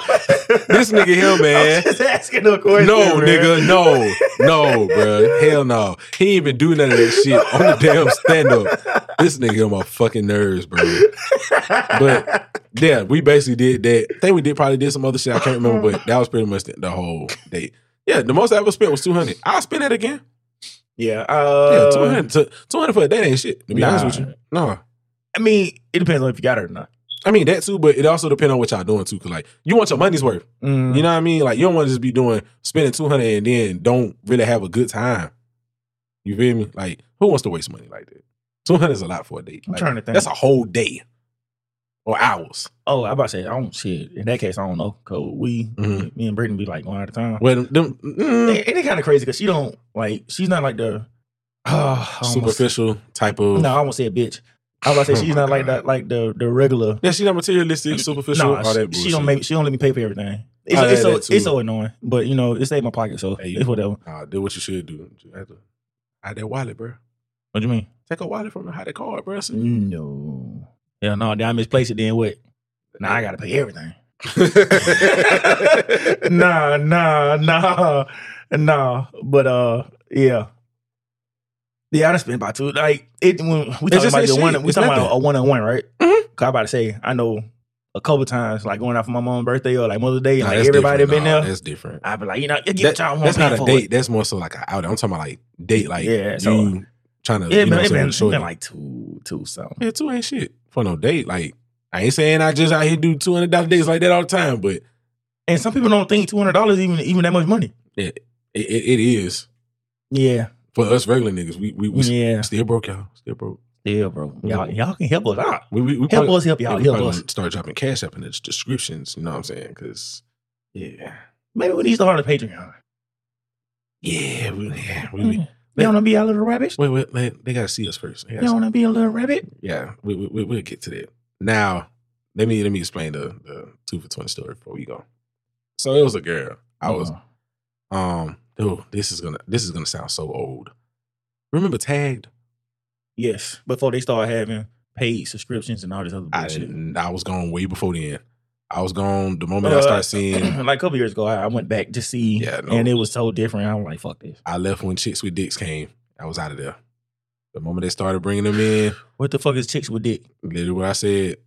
S2: This nigga here, man.
S1: I'm just asking a question.
S2: No,
S1: man.
S2: nigga, no, no, bruh. Hell no. He ain't even do none of that shit on the damn stand up. This nigga on my fucking nerves, bro. But- Yeah, we basically did that. I think we did probably did some other shit. I can't remember, but that was pretty much the, the whole date. Yeah, the most I ever spent was two hundred. I'll spend that again.
S1: yeah,
S2: Yeah,
S1: uh,
S2: two hundred. Two hundred for a day ain't shit. To be
S1: nah.
S2: honest with you, no.
S1: I mean, it depends on if you got it or not.
S2: I mean that too, but it also depends on what y'all doing too. Cause like you want your money's worth.
S1: Mm,
S2: You know what I mean? Like you don't want to just be doing spending two hundred and then don't really have a good time. You feel me? Like who wants to waste money like that? Two hundred is a lot for a date.
S1: I'm
S2: Like,
S1: trying to think.
S2: that's a whole day or hours.
S1: oh, I about to say, I don't shit. In that case, I don't know. Cause we,
S2: Mhm.
S1: me and Brittany, be like going out of town.
S2: Well, them, mm,
S1: It, kind of crazy because she don't like. She's not like the uh,
S2: superficial type of.
S1: No, I won't say a bitch. I was about to
S2: Oh
S1: say she's
S2: my
S1: not like
S2: God.
S1: that. Like the the regular.
S2: Yeah, she not materialistic, superficial,
S1: nah,
S2: all that
S1: she,
S2: bullshit.
S1: she don't make. She don't let me pay for everything. It's,
S2: Oh,
S1: it's
S2: yeah,
S1: so
S2: that too.
S1: it's so annoying, but you know it saved my pocket, so
S2: Hey, you-
S1: it's whatever.
S2: Nah, do what you should do. You have to Hide that wallet, bro.
S1: What you mean?
S2: Take a wallet from the hide that card, bro. So-
S1: No. Yeah, no. Then I misplace it. Then what? Now I gotta pay everything. nah, nah, nah, nah. But uh, yeah, yeah. I done spent about two. Like it when we
S2: It's
S1: talking
S2: just
S1: about
S2: ain't
S1: the
S2: shit.
S1: one. We
S2: It's
S1: talking about
S2: nothing.
S1: a one on one, right?
S2: Mhm.
S1: 'Cause I about to say I know a couple times, like going out for my mom's birthday or like Mother's Day, and
S2: Nah,
S1: like
S2: that's
S1: everybody
S2: different.
S1: been
S2: Nah,
S1: there.
S2: That's different.
S1: I be like, you know, you
S2: That-
S1: get y'all one
S2: that's not
S1: paying
S2: a
S1: for it.
S2: date. That's more so like an outing. I'm talking about like date, like
S1: Yeah,
S2: you
S1: so-
S2: trying to
S1: Yeah,
S2: you
S1: it been,
S2: know, what I'm
S1: it been,
S2: saying,
S1: it
S2: shorty.
S1: been like two, two something.
S2: yeah, two ain't shit for no date. Like I ain't saying I just out here do two hundred dollar days like that all the time, but it,
S1: And some people don't think two hundred dollars even even that much money.
S2: it, it is
S1: Yeah,
S2: for us regular niggas. We we, we
S1: yeah,
S2: still broke y'all, still broke.
S1: yeah, bro. Y'all, y'all can help us out.
S2: We we, we
S1: Help
S2: probably,
S1: us, help
S2: yeah,
S1: y'all,
S2: we
S1: help
S2: probably
S1: us.
S2: gonna start dropping cash up in the descriptions. You know what I'm saying? Because yeah,
S1: Maybe we need to start a Patreon.
S2: yeah, we, yeah, we, we-
S1: Mm-hmm. You wanna be a little rabbit?
S2: wait wait wait, they gotta see us first. They gotta
S1: You wanna be a little rabbit?
S2: yeah, we, we, we we'll get to that. Now, let me let me explain the, the two for twenty story before we go. So it was a girl. I was um, dude, this is gonna this is gonna sound so old. Remember tagged?
S1: Yes, before they start having paid subscriptions and all this other
S2: I
S1: bullshit.
S2: didn't, I was gone way before then. I was gone the moment I
S1: Uh,
S2: started seeing.
S1: like a couple years ago, I, I went back to see,
S2: Yeah, no.
S1: and it was so different. I'm like, fuck this.
S2: I left when chicks with dicks came. I was out of there. The moment they started bringing them in,
S1: What the fuck is chicks with dick?
S2: literally what I said.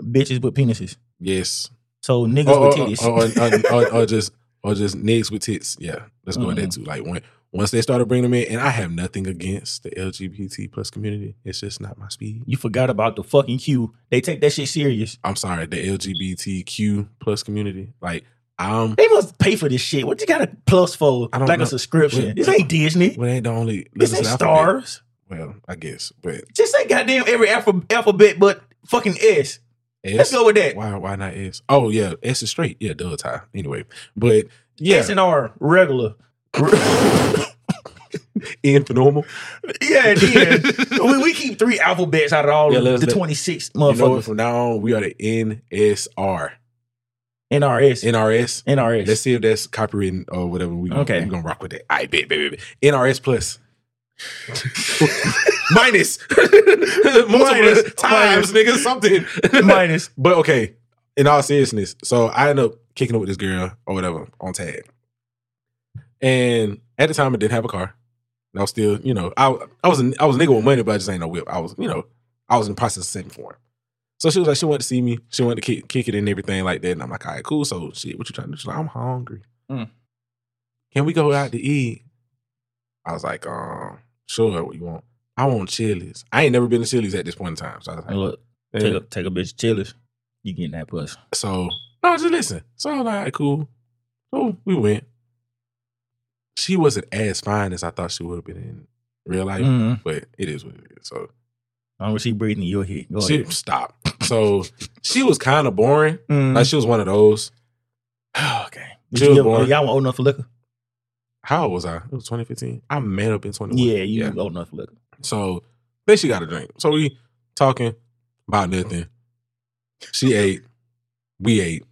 S1: Bitches with penises.
S2: Yes,
S1: So niggas
S2: or,
S1: with
S2: or-
S1: titties.
S2: or- or- or- or just or just niggas with tits. Yeah, let's go with that
S1: Mm-hmm.
S2: too. Like when once they started bringing them in, and I have nothing against the LGBT plus community. It's just not my speed.
S1: you forgot about the fucking Q. They take that shit serious.
S2: I'm sorry, the LGBTQ plus community. Like I'm,
S1: They must pay for this shit. What you got a plus for?
S2: I don't
S1: Like
S2: know.
S1: a subscription.
S2: What-
S1: this ain't Disney.
S2: well, they ain't the only.
S1: this
S2: letters
S1: ain't
S2: in the alphabet.
S1: stars.
S2: Well, I guess, but
S1: Just ain't goddamn every alpha- alphabet but fucking S. Let's
S2: S.
S1: go with that.
S2: Why? Why not S? Oh yeah, S is straight. Yeah, duh, tie. Anyway, but yeah,
S1: S and R, regular.
S2: N for normal.
S1: Yeah, it is.
S2: you
S1: we, we keep three alphabets out of all
S2: Yeah,
S1: of
S2: let's
S1: the
S2: let-
S1: 26
S2: know what?
S1: motherfuckers.
S2: From now on, we are the NSR.
S1: NRS.
S2: NRS.
S1: NRS.
S2: Let's see if that's copywritten or whatever. We gonna,
S1: Okay.
S2: we gonna rock with that. I bet, bet, bet, bet. NRS plus. Minus. Multiple
S1: Minus.
S2: times, nigga, something.
S1: Minus.
S2: But okay, in all seriousness, so I end up kicking up with this girl or whatever on tag. And at the time, I didn't have a car. And I was still, you know, I I was a, I was a nigga with money, but I just ain't no whip. I was, you know, I was in the process of saving for him. So she was like, she wanted to see me. She wanted to kick, kick it and everything like that. And I'm like, all right, cool. So shit, what you trying to do? She's like, I'm hungry.
S1: Mm.
S2: Can we go out to eat? I was like, um, sure, what you want? I want Chili's. I ain't never been to Chili's at this point in time. So I was like,
S1: And look,
S2: "Eh."
S1: take a, take a bitch chillers. You getting that puss.
S2: So no, just listen. So I'm like, cool. So we went. She wasn't as fine as I thought she would have been in real life,
S1: Mm.
S2: but it is what it is. So
S1: As long as she breathing, you'll hit. Go
S2: she
S1: ahead.
S2: stop. So she was kind of boring.
S1: Mm.
S2: Like she was one of those.
S1: okay.
S2: she
S1: Did you
S2: was
S1: ever-
S2: born-
S1: y'all were old enough for liquor?
S2: How old was I? It was 2015. I met up in 21.
S1: Yeah, you old enough for liquor.
S2: So then she got a drink. So we talking about nothing. She ate. We ate.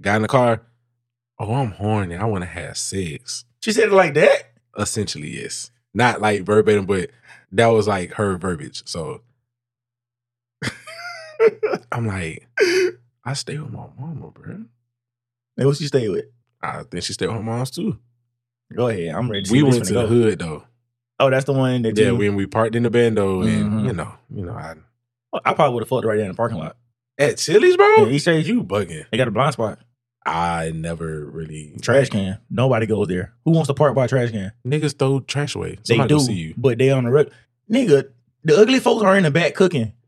S2: Got in the car. Oh, I'm horny. I want to have sex.
S1: She said it like that?
S2: essentially yes not like verbatim but that was like her verbiage so i'm like i stay with my mama bro
S1: And what she stay with?
S2: i think she stayed with her mom's too
S1: Go ahead. I'm ready to see
S2: we
S1: where
S2: went
S1: this
S2: to
S1: finna
S2: the
S1: go.
S2: hood though
S1: Oh, that's the one that
S2: yeah
S1: you,
S2: when we parked in the bando and
S1: Mhm.
S2: you know you know I,
S1: Oh, I probably would have fucked right there in the parking lot.
S2: at chili's bro
S1: Yeah, he said
S2: you bugging
S1: they got a blind spot.
S2: i never really
S1: Trash can. Nobody goes there. Who wants to park by a trash can?
S2: niggas throw trash away
S1: They
S2: somebody
S1: do,
S2: will see you
S1: but they on the rec- nigga. The ugly folks are in the back cooking.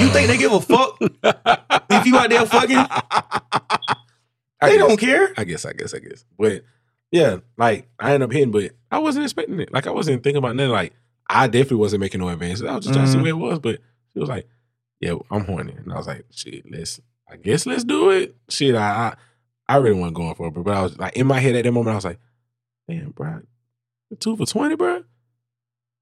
S1: You think they give a fuck?
S2: if
S1: you out there fucking, they don't care.
S2: I guess, I guess, I guess. But yeah, like I ended up hitting, but I wasn't expecting it. Like I wasn't thinking about nothing. Like I definitely wasn't making no advances. I was just trying to see
S1: Mhm.
S2: where it was. But she was like, "Yeah, I'm horny," and I was like, "Shit, let's. I guess let's do it." Shit, I I, I really wasn't going for it, but, but I was like in my head at that moment, I was like, "Damn, bro, you're two for twenty, bro."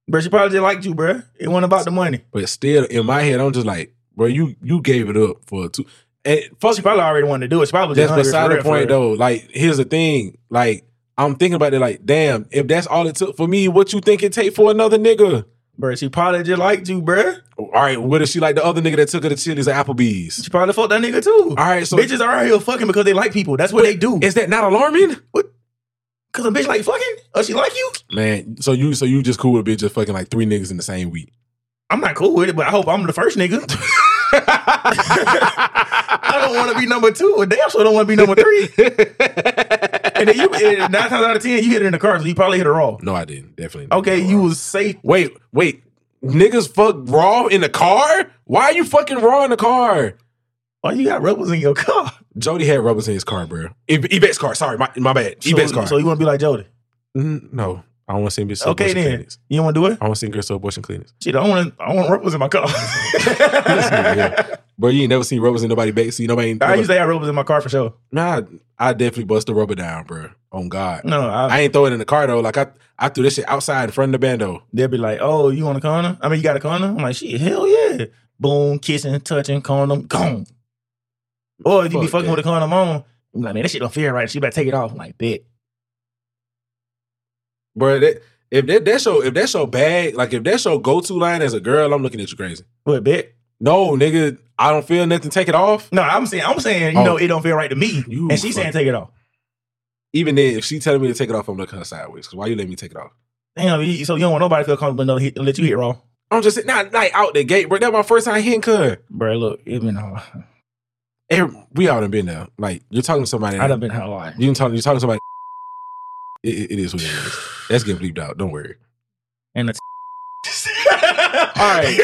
S1: But she probably just liked you, bruh. It wasn't about the money.
S2: But still, in my head, I'm just like, "Bro, you you gave it up for two." And fuck,
S1: She probably already wanted to do it. She probably was
S2: That's
S1: just hungry
S2: beside
S1: for
S2: the
S1: real, for
S2: point,
S1: real.
S2: though. Like, here's the thing. Like, I'm thinking about it. Like, damn, if that's all it took for me, what you think it take for another nigga?
S1: Bruh, she probably just liked you, bruh.
S2: All right, what is she like the other nigga that took her to Chili's or Applebee's?
S1: She probably fucked that nigga too.
S2: All right, so
S1: Bitches are out here fucking because they like people. That's what they do.
S2: is that not alarming?
S1: Cause a bitch like fucking, or she like you.
S2: Man, so you so you just cool with a bitch just fucking like three niggas in the same week?
S1: I'm not cool with it, but I hope I'm the first nigga. I don't want to be number two, and damn sure don't want to be number three. And then you and nine times out of ten, you hit it in the car, so you probably hit it raw.
S2: no, I didn't. Definitely. not.
S1: Okay, you was safe.
S2: Wait, wait. Niggas fuck raw in the car? Why are you fucking raw in the car?
S1: Why Oh, you got rubbers in your car?
S2: Jody had rubbers in his car, bro. E- Ebet's car. Sorry, my, my bad.
S1: So,
S2: Ebet's car.
S1: So you want to be like Jody?
S2: Mm, no, I don't want to send bitches to
S1: Okay,
S2: abortion
S1: then.
S2: clinics.
S1: You don't want to do it?
S2: I want to send girls to abortion clinics.
S1: Shit, I want. I want rubbers in my car.
S2: nigga here. Bro, you ain't never seen rubbers in nobody's back seat. Nobody. Ain't
S1: I
S2: never,
S1: used to have rubbers in my car for sure.
S2: nah, I definitely bust the rubber down, bro. On God,
S1: No, I,
S2: I ain't throw it in the car though. Like I, I threw this shit outside in front of the bando.
S1: they'll be like, "Oh, you want a condom? I mean, you got a condom?" I'm like, "Shit, hell yeah!" Boom, kissing, touching, condom, gone. Or if you be
S2: Fuck
S1: fucking
S2: that.
S1: with a condom on, I'm like, man, that shit don't feel right. She better take it off. I'm like, bet.
S2: bro. That, if that that's your if that's your bag, like if that's your go to line as a girl, I'm looking at you crazy.
S1: What bet?
S2: No, nigga, I don't feel nothing. Take it off.
S1: No, I'm saying, I'm saying, you
S2: Oh.
S1: know, it don't feel right to me.
S2: You
S1: and she's
S2: fuck-
S1: saying take it off.
S2: Even then, if she telling me to take it off, I'm looking at her sideways. Cause why you letting me take it off?
S1: Damn, you- so you don't want nobody to feel comfortable enough to hit, let you hit raw.
S2: I'm just not like out the gate, bro. That my first time hitting cuz.
S1: Bro, look, it been hard.
S2: Every- We all done been there. Like you're talking to somebody.
S1: I done been hard. a lot.
S2: You can talk. You're talking to somebody. It, it- it is what it is. That's getting bleeped out. Don't worry.
S1: And the
S2: All right.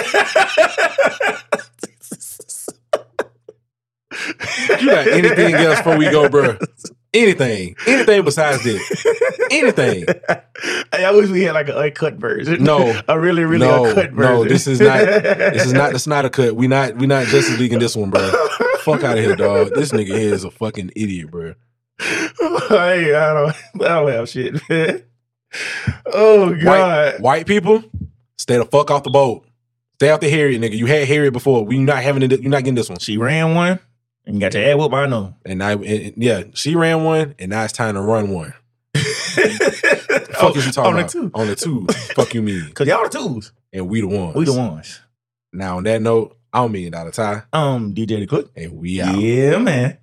S2: You got anything else before we go, bro? Anything. Anything besides this. Anything.
S1: Hey, I wish we had like an uncut version.
S2: No.
S1: a really, really
S2: No,
S1: uncut version.
S2: no, this is not- This is not. This not a cut. We not. We not Justice League in this one, bro. Fuck out of here, dog. This nigga here is a fucking idiot, bro.
S1: hey, I don't, I don't have shit, man. Oh God,
S2: White people, stay the fuck off the boat. Stay off the Harriet, nigga. You had Harriet before. We not having it. You're not getting this one.
S1: she ran one and got your head whooped by no.
S2: And I, and, and- yeah, she ran one, and now it's time to run one. Fuck is you talking
S1: on
S2: about?
S1: the two,
S2: On the two. fuck you mean?
S1: Oh, cause y'all the twos,
S2: And we the ones.
S1: we the ones.
S2: Now on that note, I'm Million Dollar Ty,
S1: Um, DJ the Cook.
S2: and we out.
S1: Yeah, man.